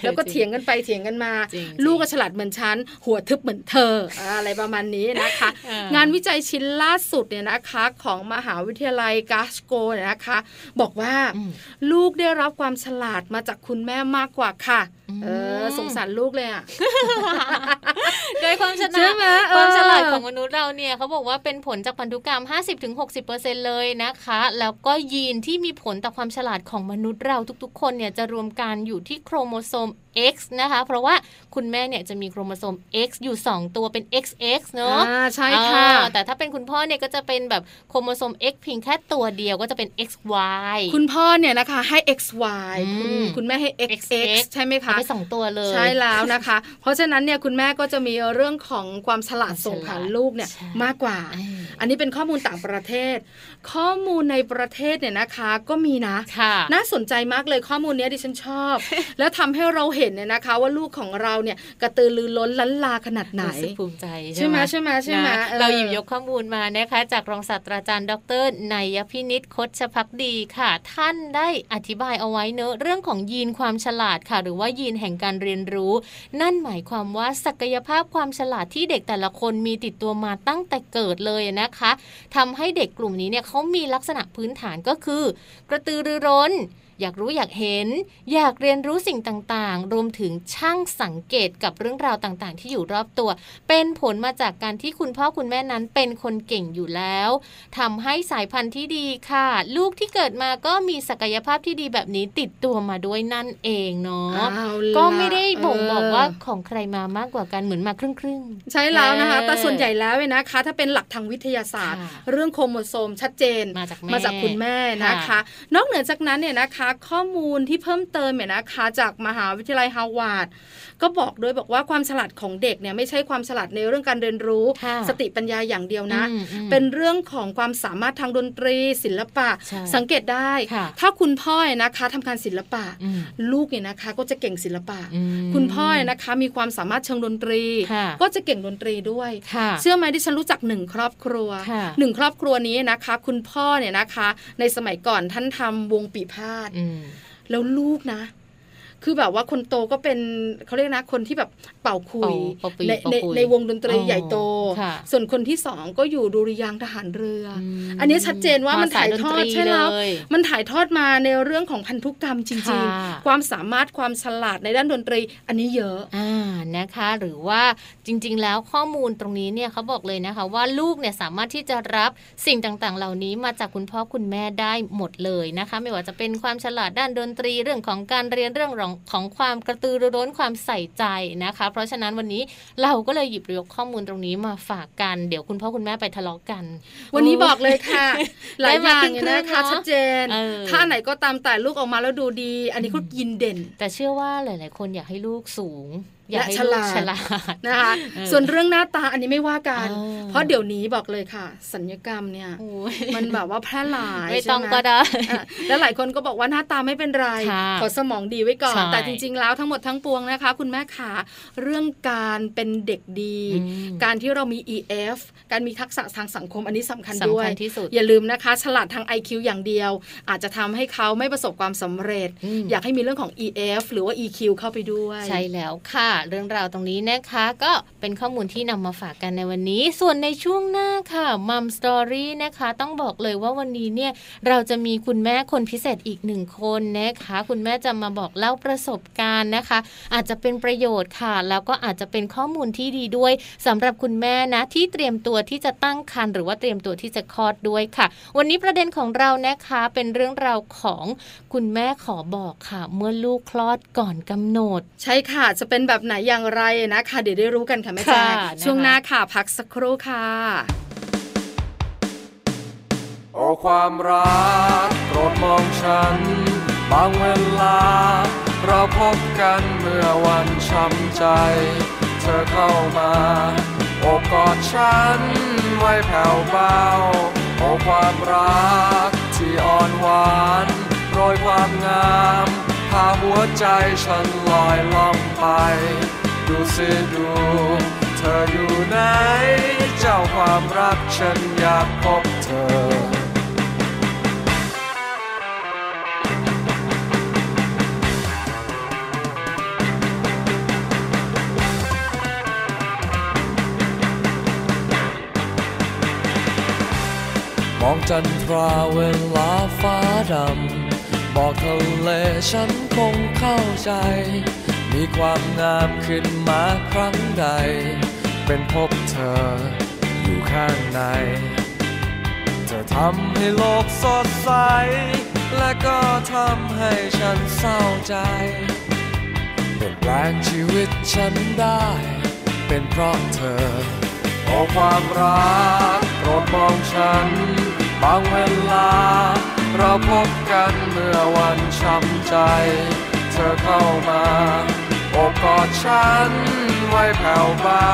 Speaker 3: แล้วก็เถียงกันไปเถียงกันมา
Speaker 2: จริง
Speaker 3: ลูกก็ฉลาดเหมือนฉัน หัวทึบเหมือนเธออ่าอะไรประมาณนี้นะคะ
Speaker 2: เออ
Speaker 3: งานวิจัยชิ้นล่าสุดเนี่ยนะคะของมหาวิทยาลัยกาสโกเนี่ยนะคะ บอกว่า
Speaker 2: อืม
Speaker 3: ลูกได้รับความฉลาดมาจากคุณแม่มากกว่าค่ะ
Speaker 2: อืม
Speaker 3: เออสงสารลูกเลยอ่ะ
Speaker 2: โดยความฉ
Speaker 3: ใช่
Speaker 2: ลาด
Speaker 3: ไหมเออ
Speaker 2: ความฉลาดของมนุษย์เราเนี่ยเขาบอกว่าเป็นผลจากพันธุกรรม 50-60%เลยนะคะ แล้วก็ยีนที่มีผลต่อความฉลาดของมนุษย์เราทุกๆ คนเนี่ยจะรวมกันอยู่ที่โครโมโซม X นะคะ เพราะว่าคุณแม่เนี่ยจะมีโครโมโซม X อยู่ 2 ตัวเป็น XX เนาะ
Speaker 3: อ่าใช่ค่ะ
Speaker 2: อ่าแต่ถ้าเป็นคุณพ่อเนี่ยก็จะเป็นแบบโครโมโซม X เพียงแค่ตัวเดียวก็จะเป็น XY
Speaker 3: คุณพ่อเนี่ยนะคะให้ xy คุ
Speaker 2: อื
Speaker 3: ณ
Speaker 2: ม
Speaker 3: คุณแม่ให้ xx
Speaker 2: XX
Speaker 3: ใช่ไหม
Speaker 2: เอา
Speaker 3: คะ
Speaker 2: ไปสองตัวเลย
Speaker 3: ใช่แล้วนะคะ เพราะฉะนั้นเนี่ยคุณแม่ก็จะมีเรื่องของความฉลาดส่งผ่านลูกเนี่ย
Speaker 2: ใช่
Speaker 3: มากกว่า
Speaker 2: อ่า
Speaker 3: อันนี้เป็นข้อมูลต่างประเทศ ข้อมูลในประเทศเนี่ยนะคะก็มีนะ
Speaker 2: ค่ะ
Speaker 3: น่าสนใจมากเลยข้อมูลเนี้ยดิฉันชอบ แล้วทำให้เราเห็นเนี่ยนะคะ ว่าลูกของเราเนี่ยกระตือรือร้นล้นลาขนาดไหน
Speaker 2: รู้สึกภูมิใจ
Speaker 3: ใช่ไหมใช่ไหมใช่ไหม
Speaker 2: นะ
Speaker 3: ออ
Speaker 2: เราหยิบยกข้อมูลมานะคะจากรองศาสตราจารย์ดรนายพินิษคดชพักดีค่ะ ท่านได้อธิบายเอาไว้เนอะเรื่องของยีนความฉลาดค่ะ หรือว่ายีนแห่งการเรียนรู้ นั่นหมายความว่าศักยภาพความฉลาดที่เด็กแต่ละคนมีติดตัวมาตั้งแต่เกิดเลยนะคะทำให้เด็กกลุ่มนี้เนี่ยเขามีลักษณะพื้นฐานก็คือ กระตือรือร้น อยากรู้อยากเห็น อยากเรียนรู้สิ่งต่างๆ รวมถึงช่างสังเกตกับเรื่องราวต่างๆ ที่อยู่รอบตัว เป็นผลมาจากการที่คุณพ่อคุณแม่นั้นเป็นคนเก่งอยู่แล้วทำให้สายพันธุ์ที่ดีค่ะ ลูกที่เกิดมาก็มีศักยภาพที่ดีแบบนี้ติดตัวมาด้วยนั่นเองเนาะ
Speaker 3: เอาล่ะ
Speaker 2: ก็ไม่ได้บ่งบอกว่า
Speaker 3: เ
Speaker 2: ของใครมามากกว่ากันเหมือนมาครึ่งครึ่งๆ
Speaker 3: ใช่แล้วนะคะ
Speaker 2: เออ
Speaker 3: แต่ส่วนใหญ่แล้วเนี่ยนะคะ ถ้าเป็นหลักทางวิทยาศาสตร์
Speaker 2: ค่ะ
Speaker 3: เรื่องโครโมโซมชัดเจน
Speaker 2: มาจากแม่
Speaker 3: มาจากคุณแม่นะคะ
Speaker 2: ค่ะ
Speaker 3: นอกเหนือจากนั้นเนี่ยนะคะ ข้อมูลที่เพิ่มเติมเนี่ยนะคะ จากมหาวิทยาลัยฮาวาดก็บอกด้วยบอกว่าความฉลาดของเด็กเนี่ยไม่ใช่ความฉลาดในเรื่องการเรียนรู้
Speaker 2: ค่ะ
Speaker 3: สติปัญญาอย่างเดียวนะ
Speaker 2: อืมอืม
Speaker 3: เป็นเรื่องของความสามารถทางดนตรี ศิลปะ
Speaker 2: ใช่
Speaker 3: สังเกตได้
Speaker 2: ค่ะ
Speaker 3: ถ้าคุณพ่อเนี่ยนะคะทำการศิลปะ
Speaker 2: อืม
Speaker 3: ลูกเนี่ยนะคะ ก็จะเก่งศิลปะ
Speaker 2: อืม
Speaker 3: คุณพ่อเนี่ยนะคะมีความสามารถเชิงดนตรี
Speaker 2: ค่ะ
Speaker 3: ก็จะเก่งดนตรีด้วย
Speaker 2: ค่ะ
Speaker 3: เชื่อไหมที่ฉันรู้จักหนึ่งครอบครัว
Speaker 2: ค่ะ
Speaker 3: หนึ่งครอบครัวนี้นะคะ คุณพ่อเนี่ยนะคะ ในสมัยก่อนท่านทำวงปีพาด
Speaker 2: ม
Speaker 3: แล้วลูกนะ คือแบบว่าคนโตก็เป็นเขาเรียกนะคนที่แบบเป่าคุย
Speaker 2: เป่าปี
Speaker 3: ใน
Speaker 2: เป่า
Speaker 3: ใน
Speaker 2: คุย
Speaker 3: ในวงดนตรี
Speaker 2: อ๋อ
Speaker 3: ใหญ่โต
Speaker 2: ค่ะ
Speaker 3: ส่วนคนที่สองก็อยู่ดุริยางค์ทหารเรืออ
Speaker 2: ม
Speaker 3: อันนี้ชัดเจนว่ามันถ่ายทอด
Speaker 2: ส
Speaker 3: ใช่แล้ว
Speaker 2: เย
Speaker 3: มันถ่ายทอดมาในเรื่องของพันธุกรรมจริง
Speaker 2: ค่ะ
Speaker 3: ๆ ความสามารถความฉลาดในด้านดนตรี อันนี้เยอะ
Speaker 2: อ่านะคะหรือว่าจริงๆ แล้วข้อมูลตรงนี้เนี่ยเขาบอกเลยนะคะ ว่าลูกเนี่ยสามารถที่จะรับสิ่งต่างๆ เหล่านี้มาจากคุณพ่อคุณแม่ได้หมดเลยนะคะ ไม่ว่าจะเป็นความฉลาดด้านดนตรีเรื่องของการเรียนเรื่องของของความกระตือรือร้นความใส่ใจนะคะ เพราะฉะนั้นวันนี้เราก็เลยหยิบยกข้อมูลตรงนี้มาฝากกันเดี๋ยวคุณพ่อคุณแม่ไปทะเลาะกัน
Speaker 3: วันนี้บอกเลยค่ะ หลายอย่างเนี่ยนะคะ
Speaker 2: ได้มาครึ่งๆเนอะ
Speaker 3: ชัดเจน
Speaker 2: เออ
Speaker 3: ถ้าไหนก็ตามแต่ลูกออกมาแล้วดูดี อันนี้ก็ยินเด่น
Speaker 2: แต่เชื่อว่าหลายๆ คนอยากให้ลูกสูง อยากให้
Speaker 3: และฉ
Speaker 2: ลู
Speaker 3: ลาด
Speaker 2: กฉลาด
Speaker 3: นะคะ
Speaker 2: เออ
Speaker 3: ส่วนเรื่องหน้าตาอันนี้ไม่ว่ากัน
Speaker 2: เออ
Speaker 3: เพราะเดี๋ยวนี้บอกเลยค่ะ สัญญกรรมเนี่ย
Speaker 2: โอ้ย
Speaker 3: มันแบบว่าแพร่หลาย
Speaker 2: ไม่
Speaker 3: ใช่
Speaker 2: ต้อง
Speaker 3: ห
Speaker 2: ก็ได้
Speaker 3: อ่ะแล้วหลายคนก็บอกว่าหน้าตาไม่เป็นไร
Speaker 2: ค่ะ
Speaker 3: ขอสมองดีไว้ก่อน
Speaker 2: ใช่
Speaker 3: แต่จริง ๆ แล้วทั้งหมดทั้งปวงนะคะ คุณแม่ขาเรื่องการเป็นเด็กดี
Speaker 2: อืม
Speaker 3: การที่เรามี EF การมีทักษะทางสังคมอันนี้สำคัญด้ว
Speaker 2: สำ
Speaker 3: ย
Speaker 2: คัญที่สุด
Speaker 3: อย่าลืมนะคะ ฉลาดทาง IQ อย่างเดียว อาจจะทำให้เขาไม่ประสบความสำเร็จ
Speaker 2: อืม
Speaker 3: อยากให้มีเรื่องของ EF หรือว่า EQ เข้าไปด้วย
Speaker 2: ใช่แล้วค่ะ เรื่องราวตรงนี้นะคะ ก็เป็นข้อมูลที่นำมาฝากกันในวันนี้ ส่วนในช่วงหน้าค่ะมัมสตอรี่นะคะ ต้องบอกเลยว่าวันนี้เนี่ยเราจะมีคุณแม่คนพิเศษอีกหนึ่งคนนะคะ คุณแม่จะมาบอกเล่าประสบการณ์นะคะ อาจจะเป็นประโยชน์ค่ะ แล้วก็อาจจะเป็นข้อมูลที่ดีด้วยสำหรับคุณแม่นะที่เตรียมตัวที่จะตั้งครรภ์หรือว่าเตรียมตัวที่จะคลอดด้วยค่ะ วันนี้ประเด็นของเรานะคะเป็นเรื่องราวของคุณแม่ขอบอกค่ะ เมื่อลูกคลอดก่อนกำหนด
Speaker 3: ใช่ค่ะ จะเป็นแบบไหนอย่างไรนะคะ เดี๋ยวได้รู้กันค่ะแม่แจ้
Speaker 2: ค่ะ
Speaker 3: ง
Speaker 2: นะคะ
Speaker 3: ช่วงหน้าค่ะพักสักครู่ค่ะ
Speaker 4: โอ้ความรักโปรดมองฉัน บางเวลา เราพบกันเมื่อวันช้ำใจ เธอเข้ามา โอบกอดฉันไว้แผ่วเบา โอ้ความรักที่อ่อนหวานโรยความงามพาหัวใจฉันลอยล่องไป ดูสิดู เธออยู่ไหน เจ้าความรักฉันอยากพบเธอ มองจันทราเวลาฟ้าดำ บอกทะเลฉันคงเข้าใจ มีความงามขึ้นมาครั้งใด เป็นพบเธออยู่ข้างใน เธอทำให้โลกสดใส และก็ทำให้ฉันเศร้าใจ เปลี่ยนแปลงชีวิตฉันได้ เป็นเพราะเธอ ขอความรักโปรดมองฉัน บางเวลา เราพบกันเมื่อวันช้ำใจ เธอเข้ามาโอบกอดฉันไว้แผ่วเบา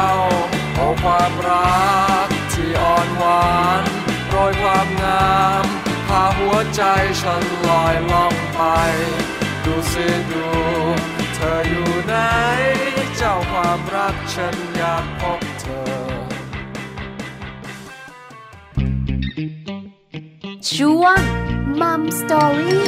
Speaker 4: ขอความรักที่อ่อนหวานโรยความงามพาหัวใจฉันลอยล่องไป ดูสิดู เธออยู่ไหน เจ้าความรักฉันอยากพบเธอ
Speaker 5: ช่วงมัมสตอรี่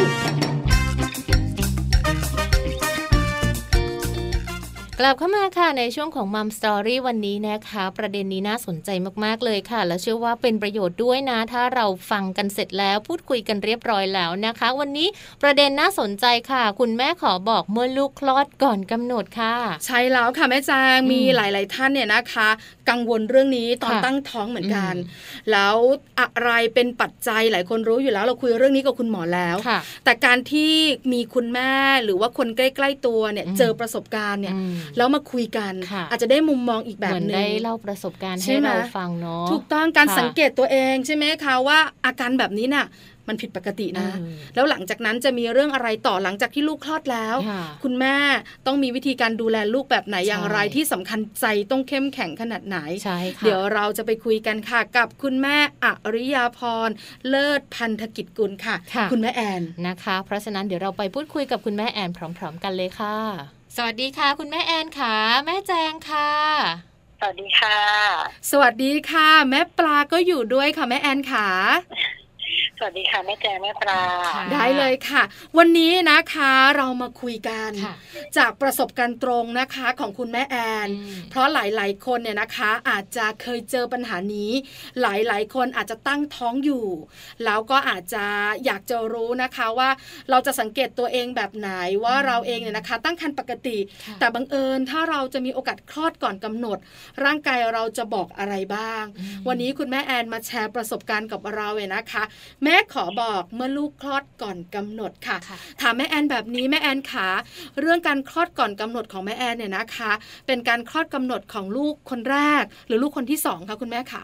Speaker 2: กลับเข้ามาค่ะในช่วงของมัมสตอรี่วันนี้นะคะ ประเด็นนี้น่าสนใจมากๆเลยค่ะ และเชื่อว่าเป็นประโยชน์ด้วยนะ ถ้าเราฟังกันเสร็จแล้วพูดคุยกันเรียบร้อยแล้วนะคะ วันนี้ประเด็นน่าสนใจค่ะ คุณแม่ขอบอกเมื่อลูกคลอดก่อนกำหนดค่ะ
Speaker 3: ใช่แล้วค่ะแม่แจางมี
Speaker 2: อืม
Speaker 3: หลาย ๆ ท่านเนี่ยนะคะ กังวลเรื่องนี้ตอน
Speaker 2: ค่ะ
Speaker 3: ตั้งท้องเหมือนกัน
Speaker 2: อื
Speaker 3: แล้วอะไรเป็นปัจจัยหลายคนรู้อยู่แล้ว เราคุยเรื่องนี้กับคุณหมอแล้ว
Speaker 2: ค่ะ
Speaker 3: แต่การที่มีคุณแม่หรือว่าคนใกล้ ๆ ตัวเนี่ย
Speaker 2: อืม
Speaker 3: เจอประสบการณ์เนี่ย
Speaker 2: อืม
Speaker 3: แล้วมาคุยกัน
Speaker 2: ค่ะ
Speaker 3: อาจจะได้มุมมองอีกแบบ
Speaker 2: เหมือน
Speaker 3: หนึ่ง
Speaker 2: ได้เล่าประสบการณ์
Speaker 3: ใช่
Speaker 2: ให้
Speaker 3: ไหม
Speaker 2: เราฟังเนาะ
Speaker 3: ถูกต้องการ
Speaker 2: ค่ะ
Speaker 3: สังเกตตัวเองใช่ไหมคะว่าอาการแบบนี้น่ะมันผิดปกตินะ
Speaker 2: อืม
Speaker 3: แล้วหลังจากนั้นจะมีเรื่องอะไรต่อหลังจากที่ลูกคลอดแล้ว
Speaker 2: ค่ะ
Speaker 3: คุณแม่ต้องมีวิธีการดูแลลูกแบบไหนอย่างไร
Speaker 2: ใช่
Speaker 3: ที่สำคัญใจต้องเข้มแข็งขนาดไหน
Speaker 2: ใช่ค่ะ
Speaker 3: เดี๋ยวเราจะไปคุยกันค่ะ กับคุณแม่อริยาพรเลิศพันธกิจกุลค่ะ
Speaker 2: ค่ะ
Speaker 3: ณแม่แอน
Speaker 2: นะคะ เพราะฉะนั้นเดี๋ยวเราไปพูดคุยกับคุณแม่แอนพร้อม ๆ กันเลยค่ะ สวัสดีค่ะ คุณแม่แอนค่ะ แม่แจงค่ะ
Speaker 6: สวัสดีค่ะ
Speaker 3: สวัสดีค่ะ แม่ปลาก็อยู่ด้วยค่ะแม่แอนค่ะ
Speaker 6: สวัสดีค่ะ แม่แจงแม่ปลา
Speaker 2: ค่ะ
Speaker 3: ได้เลยค่ะ วันนี้นะคะเรามาคุยกัน
Speaker 2: ค่ะ
Speaker 3: จากประสบการณ์ตรงนะคะของคุณแม่แอน
Speaker 2: อืม
Speaker 3: เพราะหลาย ๆ คนเนี่ยนะคะอาจจะเคยเจอปัญหานี้ หลาย ๆ คนอาจจะตั้งท้องอยู่ แล้วก็อาจจะอยากจะรู้นะคะว่าเราจะสังเกตตัวเองแบบไหนว่า
Speaker 2: อืม
Speaker 3: เราเองเนี่ยนะคะ ตั้งครรภ์ปกติ
Speaker 2: ค่ะ
Speaker 3: แต่บังเอิญถ้าเราจะมีโอกาสคลอดก่อนกำหนด ร่างกายเราจะบอกอะไรบ้าง
Speaker 2: อืม
Speaker 3: วันนี้คุณแม่แอนมาแชร์ประสบการณ์กับเราเลยนะคะ แม่ขอบอกเมื่อลูกคลอดก่อนกำหนดค่ะ
Speaker 2: ค่ะ
Speaker 3: ถามแม่แอนแบบนี้แม่แอนขาเรื่องการคลอดก่อนกำหนดของแม่แอนเนี่ยนะคะ เป็นการคลอดกำหนดของลูกคนแรก หรือลูกคนที่สองคะคุณแม่ขา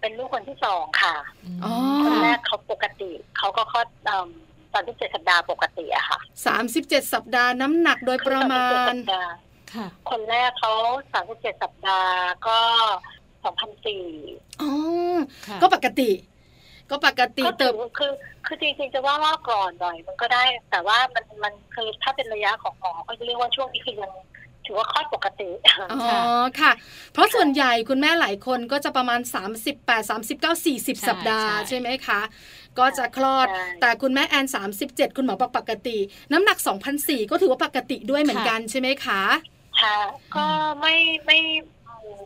Speaker 6: เป็นลูกคนที่สองค่ะ
Speaker 2: ม
Speaker 3: อ๋อ
Speaker 6: คน
Speaker 2: ค่ะ
Speaker 6: แรกเขาปกติ เขาก็คลอดเอิ่มตอนที่เจ็ดสัปดาห์ปกติอะค่ะ
Speaker 3: 37 สัปดาห์น้ำหนักโดยประมาณ
Speaker 6: 37สัปดห์
Speaker 2: ค่ะ
Speaker 6: คนแรกเขาสามสิบเจ็ดสัปดาห์ก็สองพันสี่
Speaker 3: อ๋อ
Speaker 2: ค่ะ
Speaker 3: ก็ปกติ ก็ปกติ
Speaker 6: ก็ถื
Speaker 3: เติ
Speaker 6: อบ ว่าคือ คือจริงๆจะว่าว่าก่อนหน่อย มันก็ได้ แต่ว่ามันมันคือถ้าเป็นระยะของหมอก็จะเรียกว่าช่วงนี้คือยังถือว่าคลอดปกติ
Speaker 3: อ๋อ ค่ะ เพราะส่วนใหญ่คุณแม่หลายคนก็จะประมาณ 38 39 40 สัปดาห์
Speaker 2: ใช่
Speaker 3: ใช่ไหมคะ ก็จะคลอด
Speaker 6: ใช่
Speaker 3: แต่คุณแม่แอน 37 คุณหมอบอกปกติ น้ำหนัก2,004ก็ถือว่าปกติด้วยเหมือนกันใช่ไหมคะ
Speaker 6: ค่ะ ก็ไม่ไม่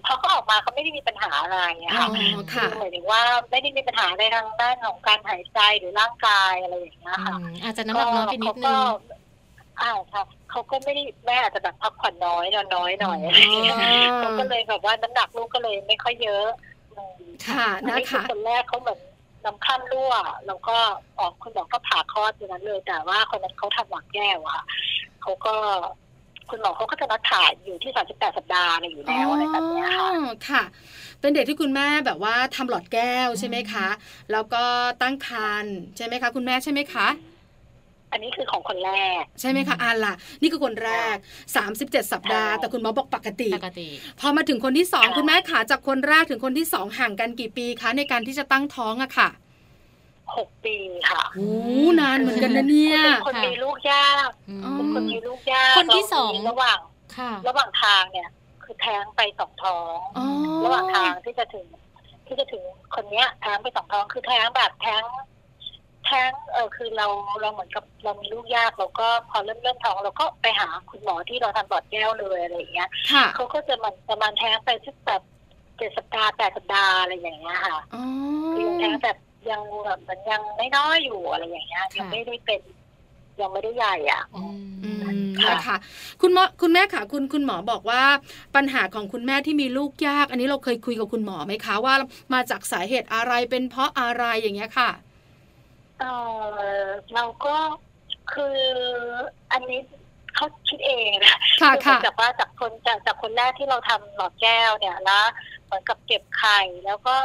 Speaker 6: พอเขาออกมาเขาไม่ได้มีปัญหาอะไรอะ
Speaker 3: อ๋
Speaker 6: ค่ะ
Speaker 3: อ ค่ะ
Speaker 6: หมายถึงว่าไม่ได้มีปัญหาในทางด้านของการหายใจหรือร่างกายอะไรอย่างเงี้ย
Speaker 2: อื
Speaker 6: ค่ะ
Speaker 2: มอาจจะน้ำหนักน้อยไปนิดนึ
Speaker 6: เขา
Speaker 2: ง
Speaker 6: ก็อ่าค่ะเขาก็ไม่ได้แม่อาจจะแบบพักผ่อนน้อยนอนน้อยหน่อยอะไรอย่างเงี้ย
Speaker 3: อ๋อ
Speaker 6: เขาก็เลยแบบว่าน้ำหนักลูกก็เลยไม่ค่อยเยอะอืม
Speaker 3: ค่ะ
Speaker 6: อัน
Speaker 3: นะ
Speaker 6: นี้คือ
Speaker 3: คะ
Speaker 6: คนแรกเขาเหมือนน้ำข้ามรั่วแล้วก็ออกคุณหมอก็ผ่าคลอดอย่างนั้นเลย แต่ว่าคนนั้นเขาทำหวังแก้วอะค่ะเขาก็คุณหมอเขาก็จะนัดถ่ายอยู่ที่ 38 สัปดาห์อะไรอยู่
Speaker 3: อ๋อ
Speaker 6: แล้วอะไรแบบเนี้ยค่ะ
Speaker 3: ค่ะ เป็นเด็กที่คุณแม่แบบว่าทำหลอดแก้วใช่ไหมคะ แล้วก็ตั้งครรภ์ใช่ไหมคะ คุณแม่ใช่ไหมคะ
Speaker 6: อันนี้คือของคนแรก
Speaker 3: ใช่ไหมคะอ่านล่ะ นี่คือคนแรก 37 สัปดาห์
Speaker 6: ใช่
Speaker 3: แต่คุณหมอบอกปกติ
Speaker 2: ปกติ
Speaker 3: พอมาถึงคนที่สอง
Speaker 6: ค่ะ
Speaker 3: คุณแม่ขาจากคนแรกถึงคนที่สองห่างกันกี่ปีคะในการที่จะตั้งท้องอะค่ะ
Speaker 6: หกปีค่ะ
Speaker 3: โอ้นานเหมือนกันนะเนี่ย
Speaker 6: เป็นคน
Speaker 2: ค่ะ
Speaker 6: มีลูกยาก
Speaker 2: อืม
Speaker 3: อ๋อ
Speaker 6: เป็นคนมีลูกยาก
Speaker 2: คนที่สอง
Speaker 6: เรามีระหว่าง
Speaker 2: ค่ะ
Speaker 6: ระหว่างทางเนี่ย คือแท้งไปสองท้อง
Speaker 3: อ๋อ
Speaker 6: ระหว่างทางที่จะถึง ที่จะถึงคนเนี้ยแท้งไปสองท้อง คือแท้งแบบแท้ง แท้งเออคือเราเราเหมือนกับเรามีลูกยากเราก็พอเริ่มเริ่มท้องเราก็ไปหาคุณหมอที่เราทำบอดแก้วเลยอะไรอย่างเงี้ย
Speaker 3: ค่ะ
Speaker 6: เขาก็จะมันประมาณแท้งไปสักแบบเจ็ดสัปดาห์แปดสัปดาห์อะไรอย่างเงี้ยค่ะ
Speaker 3: อ๋อ
Speaker 6: คือยังแท้งแบบยังแบบมันยังน้อยๆอยู่อะไรอย่างเงี้ยยังไม่ได้เป็น ยังไม่ได้ใหญ่อ่ะ
Speaker 2: อืม
Speaker 3: อืม
Speaker 6: ค่ะ
Speaker 3: นะคะคุณหมอคุณแม่ค่ะคุณคุณหมอบอกว่าปัญหาของคุณแม่ที่มีลูกยาก อันนี้เราเคยคุยกับคุณหมอไหมคะว่ามาจากสาเหตุอะไรเป็นเพราะอะไรอย่างเงี้ยค่ะ
Speaker 6: เออเราก็คืออันนี้เขาคิดเองนะ
Speaker 3: ค่ะ
Speaker 6: เหมื
Speaker 3: ค่ะ
Speaker 6: อนกับว่าจากคนจากจากคนแรกที่เราทำหลอดแก้วเนี่ยแล้วเหมือนกับเก็บไข่แล้วก็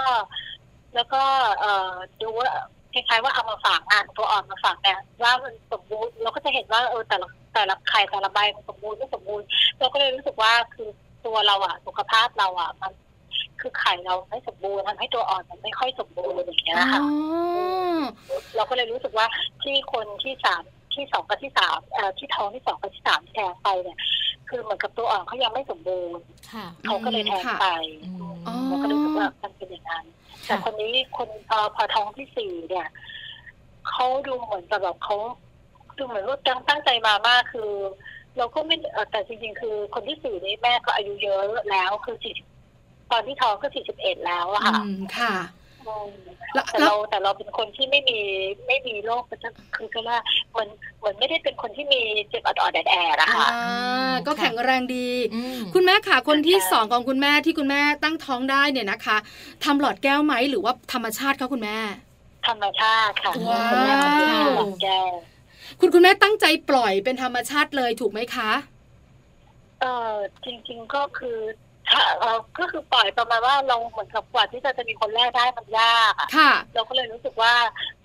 Speaker 6: แล้วก็เออดูว่าคล้ายๆว่าเอามาฝากอ่านตัวอ่อนมาฝากเนี่ยว่ามันสมบูรณ์เราก็จะเห็นว่าเออแต่ละแต่ละไข่แต่ละใบมันสมบูรณ์ไม่สมบูรณ์เราก็เลยรู้สึกว่าคือตัวเราอะสุขภาพเราอะมัน คือไข่เราไม่สมบูรณ์ทำให้ตัวอ่อนมันไม่ค่อยสมบูรณ์อย่างเงี้ย
Speaker 3: อ๋
Speaker 6: ค่ะ
Speaker 3: อ
Speaker 6: เราก็เลยรู้สึกว่าที่คนที่สามที่สองกับที่สามเอ่อที่ท้องที่สองกับที่สามแทงไปเนี่ย คือเหมือนกับตัวอ่อนเขายังไม่สมบูรณ์
Speaker 2: ค่ะ
Speaker 6: เขาก็เลยแทง
Speaker 3: ค่ะ
Speaker 6: ไป
Speaker 2: อืม
Speaker 3: อ๋อ
Speaker 6: เราก็รู้สึกว่ามันเป็นอย่างนั้นแต่
Speaker 2: ค่ะ
Speaker 6: คนนี้คนพอพอท้องที่สี่เนี่ยเขาดูเหมือนจะแบบเขาดูเหมือนว่าตั้งตั้งใจมามากคือ เราก็ไม่เอ่อแต่จริงๆ คือคนที่สี่นี่แม่ก็อายุเยอะแล้วคือสี่ตอนที่ท้องก็สี่สิบเอ็ดแล้วอะ
Speaker 3: อื
Speaker 6: ค่ะ
Speaker 3: มค่ะ
Speaker 6: อืม
Speaker 3: แล้ว
Speaker 6: แต่
Speaker 3: แล้ว
Speaker 6: เราแต่เราเป็นคนที่ไม่มีไม่มีโรคประจำคือก็ว่าเหมือนเหมือนไม่ได้เป็นคนที่มีเจ็บอดอดๆแอดแอดๆอะ
Speaker 3: อ่า
Speaker 6: ค่ะ
Speaker 3: ก็แข็งแรงดี
Speaker 2: อืม
Speaker 3: คุณแม่ค่ะคนที่
Speaker 6: ใช่
Speaker 3: สองของคุณแม่ที่คุณแม่ตั้งท้องได้เนี่ยนะคะทำหลอดแก้วไหมหรือว่าธรรมชาติคะคุณแม่
Speaker 6: ธรรมชาติค่ะ
Speaker 3: ว้าว
Speaker 6: คุณแม่ทำที่หลังแก
Speaker 3: คุณคุณแม่ตั้งใจปล่อยเป็นธรรมชาติเลยถูกไหมคะ
Speaker 6: เออจริงๆก็คือถ้าเออก็คือปล่อยประมาณว่าเราเหมือนกับกว่าที่จะจะมีคนแรกได้มันยากอะ
Speaker 3: ค่ะ
Speaker 6: เราก็เลยรู้สึกว่า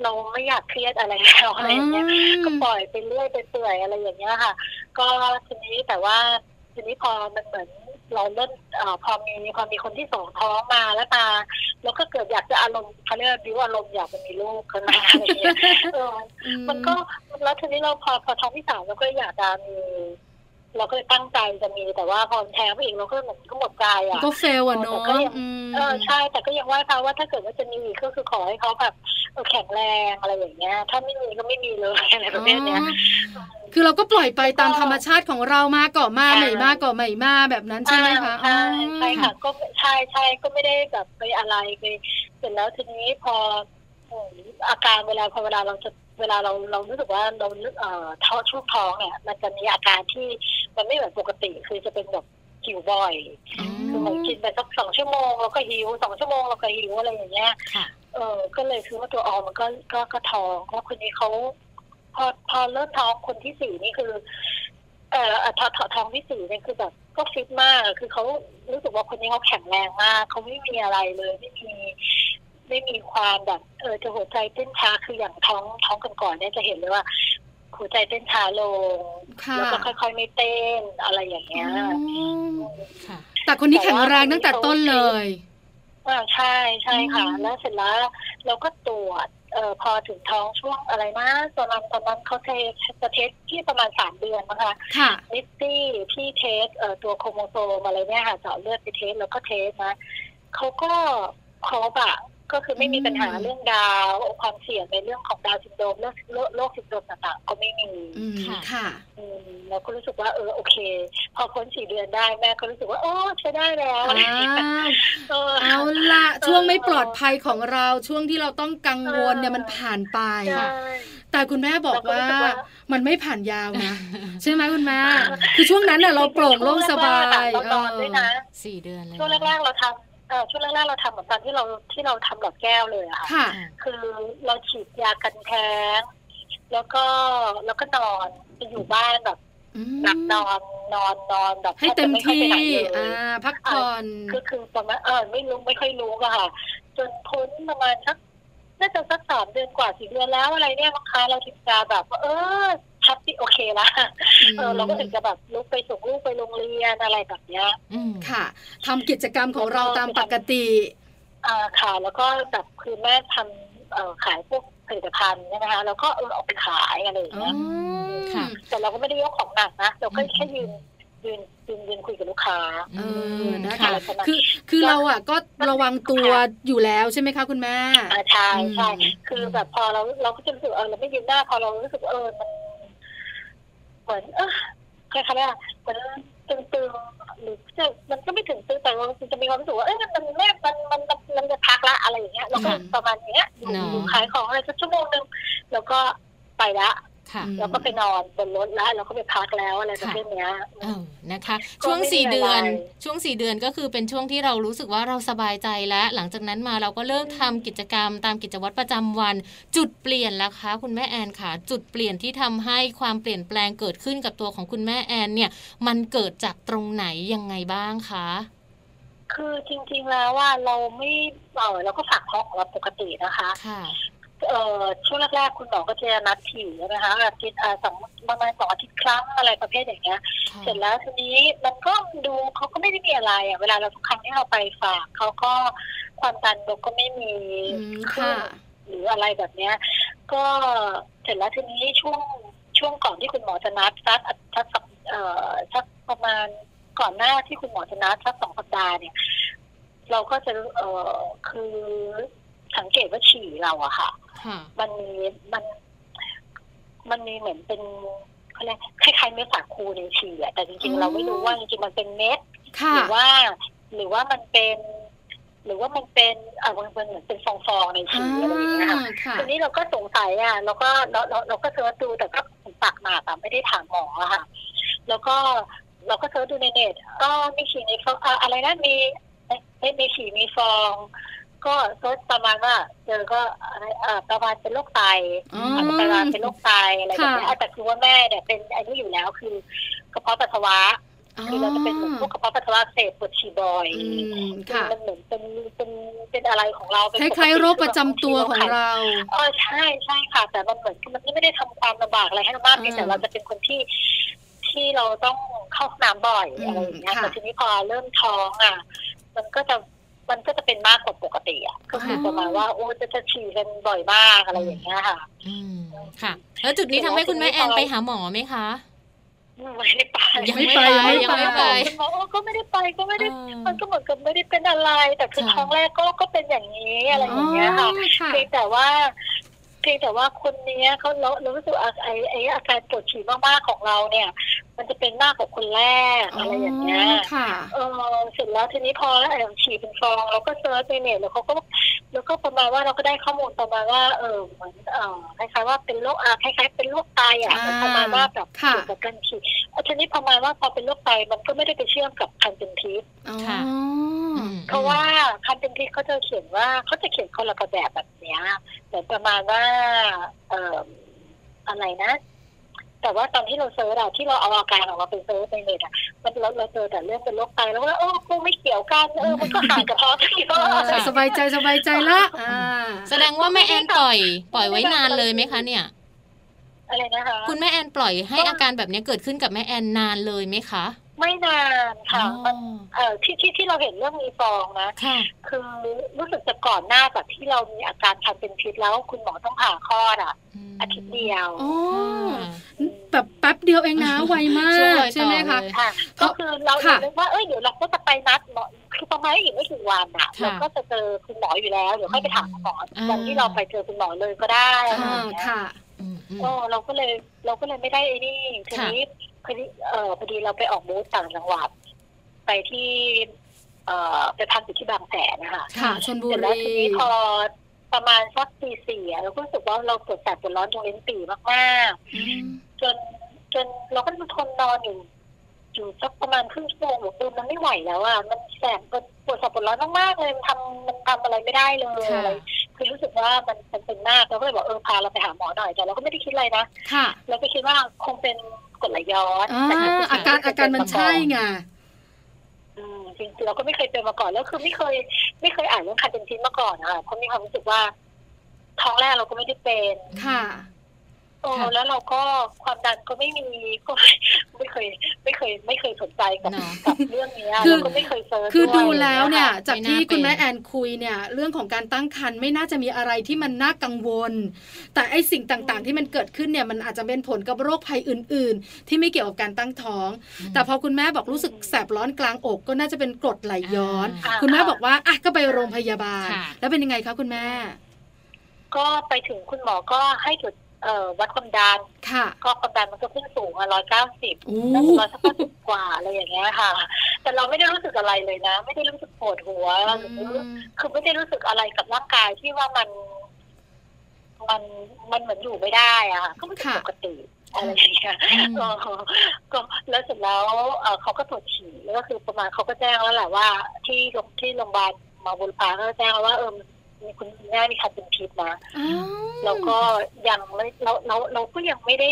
Speaker 6: เราไม่อยากเครียดอะไรแล้วอะไรอย่างเงี้ยก็ปล่อยไปเรื่อยไปเปื่อยอะไรอย่างเงี้ยค่ะ ก็ทีนี้แต่ว่าทีนี้พอมันเหมือนเราเริ่มเอ่อพอมีพอมีคนที่สองท้องมาแล้วมาแล้วก็เกิดอยากจะอารมณ์เขาเรียกว่าบิวอารมณ์อยากจะมีลูกขึ้นมาอะไรอย่างเงี้ยเออ
Speaker 3: อื
Speaker 6: มันก็แล้วทีนี้เราพอพอท้องที่สามเราก็อยากจะมี เราก็เลยตั้งใจจะมีแต่ว่าพอแท้งไปอีกเราก็เหมือนก็หมดใจอ่ะ
Speaker 3: ก็เฟลอะเนาะ
Speaker 6: แต่ก็ยัง
Speaker 3: อืม
Speaker 6: เออใช่แต่ก็ยังไหว่าเขาว่าถ้าเกิดว่าจะมีอีกก็คือขอให้เขาแบบเออแข็งแรงอะไรอย่างเงี้ย ถ้าไม่มีก็ไม่มีเลยอะไรประเภทเนี้ย
Speaker 3: อ๋อคือเราก็ปล่อยไปตามธรรมชาติของเรามาก่อมา
Speaker 6: ใช่
Speaker 3: ใหม่มาก่อใหม่มาแบบนั้นใช่ไหมคะ
Speaker 6: ใช่
Speaker 3: อ๋อ
Speaker 6: ใช่ค่ะก็ใช่ใช่ก็ไม่ได้แบบไปอะไรไปเสร็จแล้วทีนี้พอโอ้ยอาการเวลาพอเวลาเราจะเวลาเราเรารู้สึกว่าเราเอ่อท้องช่วงท้องเนี่ยมันจะมีอาการที่มันไม่เหมือนปกติคือจะเป็นแบบหิวบ่อย
Speaker 3: อ๋อ
Speaker 6: คือเหมือนกินไปสักสองชั่วโมงเราก็หิวสองชั่วโมงเราก็หิวอะไรอย่างเงี้ย
Speaker 2: ค่ะ
Speaker 6: เออก็เลยคือว่าตัวออมมันก็ก็ก็ท้องเพราะคนนี้เขาพอพอเริ่มท้องคนที่สี่นี่คือ เอ่อเอ่อทอทอทองที่สี่เนี่ยคือแบบก็ฟิตมากอะคือเขารู้สึกว่าคนนี้เขาแข็งแรงมากเขาไม่มีอะไรเลยไม่มี ไม่มีความแบบเออจะหัวใจเต้นช้าคืออย่างท้องท้องก่อนๆเนี่ยจะเห็นเลยว่า หัวใจเต้นช้าลง
Speaker 3: ค่ะ
Speaker 6: แล้วก็ค่อยๆไม่เต้นอะไรอย่างเงี้ย
Speaker 2: ค่ะ
Speaker 3: แต่คนนี้แข็งแรงตั้งแต่ต้นเลย
Speaker 6: อ่าใช่ใช่ค่ะ แล้วเสร็จแล้วเราก็ตรวจเออพอถึงท้องช่วงอะไรนะประมาณประมาณเขาเทสจะเทสที่ประมาณสามเดือนนะคะ
Speaker 3: ค่ะ
Speaker 6: นิตตี้ที่เทสเอ่อตัวโครโมโซมอะไรเนี่ยค่ะเจาะเลือดไปเทสแล้วก็เทสนะเขาก็ครบอะก็คือไม่มีปัญหา
Speaker 3: อืม
Speaker 6: เรื่องดาวความเสี่ยงในเรื่องของดาวน์ซินโดรมเรื่องโรคโรคซินโดรมต่างๆ ก็ไม่มี
Speaker 3: อืม
Speaker 2: ค่ะ
Speaker 3: ค่ะ
Speaker 6: อืมเราก็รู้สึกว่าเออโอเค พอพ้นสี่เดือนได้แม่ก็รู้สึกว่าโอ้ใช้ได้แล้วอะไรอย่างเงี้ยเออ
Speaker 3: เอาละช่วงไม่ปลอดภัยของเราช่วงที่เราต้องกังวลเนี่ย
Speaker 6: เออ
Speaker 3: มันผ่านไป
Speaker 6: ใช่
Speaker 3: แต่คุณแม่บอกว่า
Speaker 6: เราก็รู้สึกว่า
Speaker 3: มันไม่ผ่านยาวนะใช่ไหมคุณแม่คือช่วงนั้นน่ะเราโปร่งโล่งสบาย
Speaker 6: ช่วงแรกๆอะเรานอนด้วยนะ
Speaker 2: สี่เดือนเลย
Speaker 6: ช่วงแรกๆเราทำเออช่วงแรกๆเราทำเหมือนตอนที่เราที่เราทำหลอดแก้วเลยอะค่ะ
Speaker 3: ค่ะ
Speaker 2: ค่ะ
Speaker 6: คือเราฉีดยากันแท้งแล้วก็แล้วก็นอนไปอยู่บ้านแบบหลับนอนนอนนอนแบบ
Speaker 3: ให้เต็ม
Speaker 6: แท
Speaker 3: ที่
Speaker 6: บจะไค่อยไปไหนเลย
Speaker 3: อ่าพักผ่อน
Speaker 6: ก็คือประมาณเออไม่รู้ไม่ค่อยรู้อะค่ะ จนพ้นประมาณสักน่าจะสักสามเดือนกว่าสี่เดือนแล้วอะไรเนี่ยบางครั้งเราถึงจะแบบว่าเออชัดที่โอเคละเออเราก็ถึงจะแบบลุกไปส่งลูกไปโรงเรียนอะไรแบบเนี้ย
Speaker 2: อืม
Speaker 3: ค่ะทำกิจกรรมของเราตามปกติ
Speaker 6: อ่าค่ะแล้วก็แบบคือแม่ทำเอ่อขายพวกผลิตภัณฑ์ใช่ไหมคะแล้วก็เออเอาไปขายอะไรอย่างเงี้ย
Speaker 2: ค่ะ
Speaker 6: แต่เราก็ไม่ได้ยกของหนักนะ เราก็แค่ยืนยืนยืนยืนคุยกับลูกค้า
Speaker 3: เออนะ
Speaker 6: ค่ะ
Speaker 3: คะคือคือเราอ่ะก็ระวังตัวอยู่แล้วใช่ไหมคะคุณแม่
Speaker 6: อ่าใช่ใช่
Speaker 3: อืม
Speaker 6: คือแบบพอเราเราก็จะรู้สึกเออเราไม่ยืนหน้าพอเรารู้สึกว่าเออมันเหมือนเออใครๆเนี่ยเหมือนตึงๆหรือจะมันก็ไม่ถึงตึงแต่ว่ามันจะมีความรู้สึกว่าเออมันมันแม่มันมันมันมันจะพักละอะไรอย่างเงี้ยเราก็
Speaker 3: อืม
Speaker 6: ประมาณเนี้ยอยู่
Speaker 2: เนอะ
Speaker 6: อยู่ขายของอะไรสักชั่วโมงหนึงแล้วก็ไปละ
Speaker 2: ค่ะ
Speaker 3: อืม
Speaker 6: แล้วก็ไปนอนบนรถแล้วเราก็ไปพักแล้วอะไรประ
Speaker 2: ค่ะ
Speaker 6: เภทเนี้ย
Speaker 2: เออนะคะ
Speaker 6: ก็
Speaker 2: ช่วง
Speaker 6: ไม่มี
Speaker 2: สี่เดือน
Speaker 6: อะไร
Speaker 2: ช่วงสี่เดือนก็คือเป็นช่วงที่เรารู้สึกว่าเราสบายใจแล้ว หลังจากนั้นมาเราก็เลิกทำกิจกรรมตามกิจวัตรประจำวัน จุดเปลี่ยนแล้วคะคุณแม่แอนค่ะ จุดเปลี่ยนที่ทำให้ความเปลี่ยนแปลงเกิดขึ้นกับตัวของคุณแม่แอนเนี่ย มันเกิดจากตรงไหนยังไงบ้างคะ
Speaker 6: คือจริงๆแล้วว่าเราไม่เออเราก็ฝากท้องของเราปกตินะคะ
Speaker 2: ค่ะ
Speaker 6: เออช่วงแรกๆคุณหมอก็จะนัดถี่นะคะอาทิตย์อ่าสองประมาณสองอาทิตย์ครั้งอะไรประเภทอย่างเงี้ย
Speaker 2: ค่ะ
Speaker 6: เสร็จแล้วทีนี้มันก็ดูเขาก็ไม่ได้มีอะไรอ่ะเวลาเราทุกครั้งที่เราไปฝากเขาก็ความดันเราก็ไม่มี
Speaker 3: อืม
Speaker 6: ขึ้น
Speaker 3: ค่ะ
Speaker 6: หรืออะไรแบบเนี้ย ก็เสร็จแล้วทีนี้ช่วงช่วงก่อนที่คุณหมอจะนัดสักสักสักเอ่อสักประมาณก่อนหน้าที่คุณหมอจะนัดสักสองสัปดาห์เนี่ย เราก็จะเอ่อคือสังเกตว่าฉี่เราอะค่ะ
Speaker 2: ค่ะ
Speaker 6: มันมีมัน มันมีเหมือนเป็น เขาเรียกคล้ายๆเม็ดสาคูในฉี่อะแต่จริง
Speaker 3: อ๋อ
Speaker 6: ๆเราไม่รู้ว่าจริงๆมันเป็นเม็ดห
Speaker 3: ค่ะ
Speaker 6: รือว่า หรือว่ามันเป็น หรือว่ามันเป็นเอ่อบางคนเหมือนเป็นฟองๆในฉี่อะไรอย่างเงี้ยค่ะ
Speaker 3: ค่ะ
Speaker 6: ทีนี้เราก็สงสัยอ่ะเราก็เราเราเราก็เสิร์ชดูแต่ก็ปากหมากอ่ะไม่ได้ถามหมออะค่ะ แล้วก็เราก็เสิร์ชดูในเน็ตก็มีฉี่มีฟองอ่ะอะไรนะมีไม่มีฉี่มีฟอง ก็เซิร์ชประมาณว่าเจอก็อะไรเอ่อประมาณเป็นโรคไต
Speaker 3: อ๋อ
Speaker 6: อาจจะประมาณเป็นโรคไตอะไรแบบนี้
Speaker 3: ค่ะ
Speaker 6: อ่ะแต่คือว่าแม่เนี่ยเป็นอันนี้อยู่แล้วคือกระเพาะปัสสาวะ คือเราจะเป็นเหมือนพวกกระเพาะปัสสาวะอักเสบปวดฉี่บ่อย
Speaker 3: อืมค่ะ
Speaker 6: มันเหมือนเป็นเป็นเป็นอะไรของเราเป็น
Speaker 3: ค
Speaker 6: ปกติ
Speaker 3: ล้ายๆโรคประจำตัวของเรา
Speaker 6: เออใช่ใช่ค่ะ แต่มันเหมือนมันไม่ได้ทำความลำบากอะไรให้เรามากเพียงแต่
Speaker 3: อืม
Speaker 6: เราจะเป็นคนที่ที่เราต้องเข้าห้องน้ำบ่อย
Speaker 3: อืม
Speaker 6: อะไรอย่างเงี้ย
Speaker 3: ค่ะ
Speaker 6: แต่ทีนี้พอเริ่มท้องอ่ะ มันก็จะมันก็จะเป็นมากกว่าปกติอ่ะก็คือ
Speaker 3: ค่ะ
Speaker 6: ประมาณว่าโอ้จะจะฉี่กันบ่อยมากอะไรอย่างเงี้ยค่ะ
Speaker 2: อืมค่ะ แล้วจุดนี้ทำให้คุณแม่แอนไปหาหมอไหมคะ
Speaker 6: ไม่ได้ไป
Speaker 2: ยังไม่ไปยังไม่ไป
Speaker 6: คุณหมอก็ไม่ได้ไปก็ไม่ได้
Speaker 2: เออ
Speaker 6: มันก็เหมือนกับไม่ได้เป็นอะไร แต่คือ
Speaker 2: ค่ะ
Speaker 6: ท้องแรกก็ก็เป็นอย่างนี้อะไร
Speaker 3: อ๋
Speaker 6: อ
Speaker 3: อย่าง
Speaker 6: เงี้ยค่ะ
Speaker 3: ค่ะ
Speaker 6: เพียงแต่ว่าเพียงแต่ว่าคนเนี้ยเขาเราเรารู้สึกว่าไอไออาการปวดฉี่มากๆของเราเนี่ย มันจะเป็นมากกว่าคนแรกอะไรอย่างเงี้ย
Speaker 3: ค่ะ
Speaker 6: เออเสร็จแล้วทีนี้พอไอฉี่เป็นฟองเราก็เซิร์ชในเน็ตแล้วเขาก็แล้วก็ประมาณว่าเราก็ได้ข้อมูลประมาณว่า เออเหมือนเออคล้ายๆว่าเป็นโรคอ่ะคล้ายๆเป็นโรคไตอ่ะ
Speaker 3: อ่า
Speaker 6: ประมาณว่าแบบ
Speaker 3: ค่ะ
Speaker 6: เกี่ยวกับการฉี่เอาทีนี้ประมาณว่าพอเป็นโรคไตมันก็ไม่ได้ไปเชื่อมกับการเป็นพิษ
Speaker 3: อ๋อ
Speaker 2: ค่ะ อืม
Speaker 6: เพราะว่าคันเป็นพิษเขาจะเขียนว่าเขาจะเขียนคนละกระแบบแบบเนี้ยแต่ประมาณว่า เอ่ออะไรนะ แต่ว่าตอนที่เราเซิร์ชอะที่เราเอาอาการออกมาเป็นเซิร์ชในเน็ตอะมันเราเราเจอแต่เรื่องเป็นโรคไตแล้วก็เออกูไม่เกี่ยวกันเออมันก็หายกระเพาะที่ก็
Speaker 2: ค่ะ
Speaker 3: สบายใจสบายใจละอ่า
Speaker 2: แสดงว่าแม่แอนปล่อย ปล่อยไว้นานเลยไหมคะเนี่ย
Speaker 6: อะไรนะคะ
Speaker 2: คุณแม่แอนปล่อยให้อาการแบบนี้เกิดขึ้นกับแม่แอนนานเลยไหมคะ
Speaker 6: ไม่นานค่ะมั
Speaker 2: อ๋อ
Speaker 6: นเออที่ที่ที่เราเห็นเรื่องมีฟองนะ
Speaker 2: ค่ะ
Speaker 6: คือรู้สึกจะก่อนหน้าจากที่เรามีอาการคันเป็นพิษแล้วคุณหมอต้องผ่าคลอดอะอาทิตย์เดียว
Speaker 3: โอ้แบบแป๊บเดียวเองนะไวมาก ใช่ไหมคะ
Speaker 6: ค่ะก็คือเรา
Speaker 3: ค่ะ
Speaker 6: เรียกว่าเอ้ยเดี๋ยวเราก็จะไปนัดหมอคือประมาณอีกไม่ถึงวันอะ
Speaker 2: ค่ะ
Speaker 6: เราก็จะเจอคุณหมออยู่แล้วเดี๋ยวค่อยไปถามคุณหมอ
Speaker 2: อ่า
Speaker 6: วันที่เราไปเจอคุณหมอเลยก็ได้อะไรอ
Speaker 3: อ่า
Speaker 6: ย่างเงี้ย
Speaker 3: ค่ะ
Speaker 2: อืมอืม
Speaker 6: โอ้เราก็เลยเราก็เลยไม่ได้ไอ้นี่ที
Speaker 2: ค่ะ
Speaker 6: นี้พอดีเออพอดีเราไปออกบูธต่างจังหวัด ไปที่ เออไปพักอยู่ที่บางแสนนะคะ
Speaker 3: ค่ะชนบุ
Speaker 6: เสร็จแล้ว
Speaker 3: รี
Speaker 6: ทีนี้พอประมาณสักปีสี่อะเราก็รู้สึกว่าเราปวดแสบปวดร้อนตรงลิ้นปี่มากๆ
Speaker 3: อืม
Speaker 6: จนจนเราก็ทนนอนอยู่อยู่สักประมาณครึ่งชั่วโมงหรือเออมันไม่ไหวแล้วอ่ะมันแสบปวดปวดสับปวดร้อนมากๆเลยมันทำมันทำอะไรไม่ได้เลย
Speaker 2: ค่ะ
Speaker 6: อะไรคือรู้สึกว่ามันมันเป็นมากเราก็เลยบอกเออพาเราไปหาหมอหน่อยแต่เราก็ไม่ได้คิดอะไรนะ
Speaker 3: ค่ะ
Speaker 6: เราก็คิดว่าคงเป็นกรดไหลย้อน
Speaker 3: อ่า
Speaker 6: แต่จริงๆ
Speaker 3: อาการอาการมันใช่ไง
Speaker 6: อืมจริงๆเราก็ไม่เคยเป็นมาก่อนแล้วคือไม่เคย ไม่เคยอ่านเรื่องคันเป็นพิษมาก่อนอะเพราะมีความรู้สึกว่าท้องแรกเราก็ไม่ได้เป็น
Speaker 3: ค่ะ
Speaker 6: โอ้
Speaker 2: ค่ะ
Speaker 6: แล้วเราก็ความดันก็ไม่มี ก็ไม่เคยไม่เคยไม่เคยสนใจกับ
Speaker 2: เนอะ
Speaker 6: กับเรื่องเนี้ย
Speaker 3: คือ
Speaker 6: เราก็ไม่เคยเจอ
Speaker 3: คือ
Speaker 6: วย
Speaker 3: ดูแล้วเนี่ย
Speaker 6: ะคะ
Speaker 3: จากที่คุณแม่แอนคุยเนี่ย เรื่องของการตั้งครรภ์ไม่น่าจะมีอะไรที่มันน่ากังวล แต่ไอสิ่งต่างๆ ที่มันเกิดขึ้นเนี่ยมันอาจจะเป็นผลกับโรคภัยอื่น ๆ ที่ไม่เกี่ยวกับการตั้งท้อง
Speaker 2: อืม
Speaker 3: แต่พอคุณแม่บอกรู้สึกแสบร้อนกลางอก ก็น่าจะเป็นกรดไหลย้อน
Speaker 2: อ่า
Speaker 3: คุณแม่บอกว่าอ่ะก็ไปโรงพยาบาล
Speaker 2: ค่ะ
Speaker 3: แล้วเป็นยังไงคะคุณแม่
Speaker 6: ก็ไปถึงคุณหมอก็ให้จุดเอ่อวัดความดัน
Speaker 3: ค่ะ
Speaker 6: ก็ความดันมันก็ขึ้นสูงอ่ะร้อยเก้าสิบ
Speaker 3: โอ้
Speaker 6: แล้วร้อยสักสิบกว่าอะไรอย่างเงี้ยค่ะ แต่เราไม่ได้รู้สึกอะไรเลยนะ ไม่ได้รู้สึกปวดหัวหรือ คือไม่ได้รู้สึกอะไรกับร่างกายที่ว่ามัน มันมันเหมือนอยู่ไม่ได้อะค่ะก็รู้สึก
Speaker 3: ค่ะ
Speaker 6: ปกติอะไรอย่างเงี้ย
Speaker 2: อืม
Speaker 6: เออก็แล้วเสร็จแล้วเอ่อเขาก็ตรวจฉี่แล้วก็คือประมาณเขาก็แจ้งแล้วแหละว่า ที่โรงที่โรงพยาบาลมาบุรพาก็แจ้งแล้วว่าเออมีคุณแม่มีคันเป็นพิษนะ
Speaker 3: อ้าว
Speaker 6: แล้วก็ยังไม่เราเราเราก็ยังไม่ได้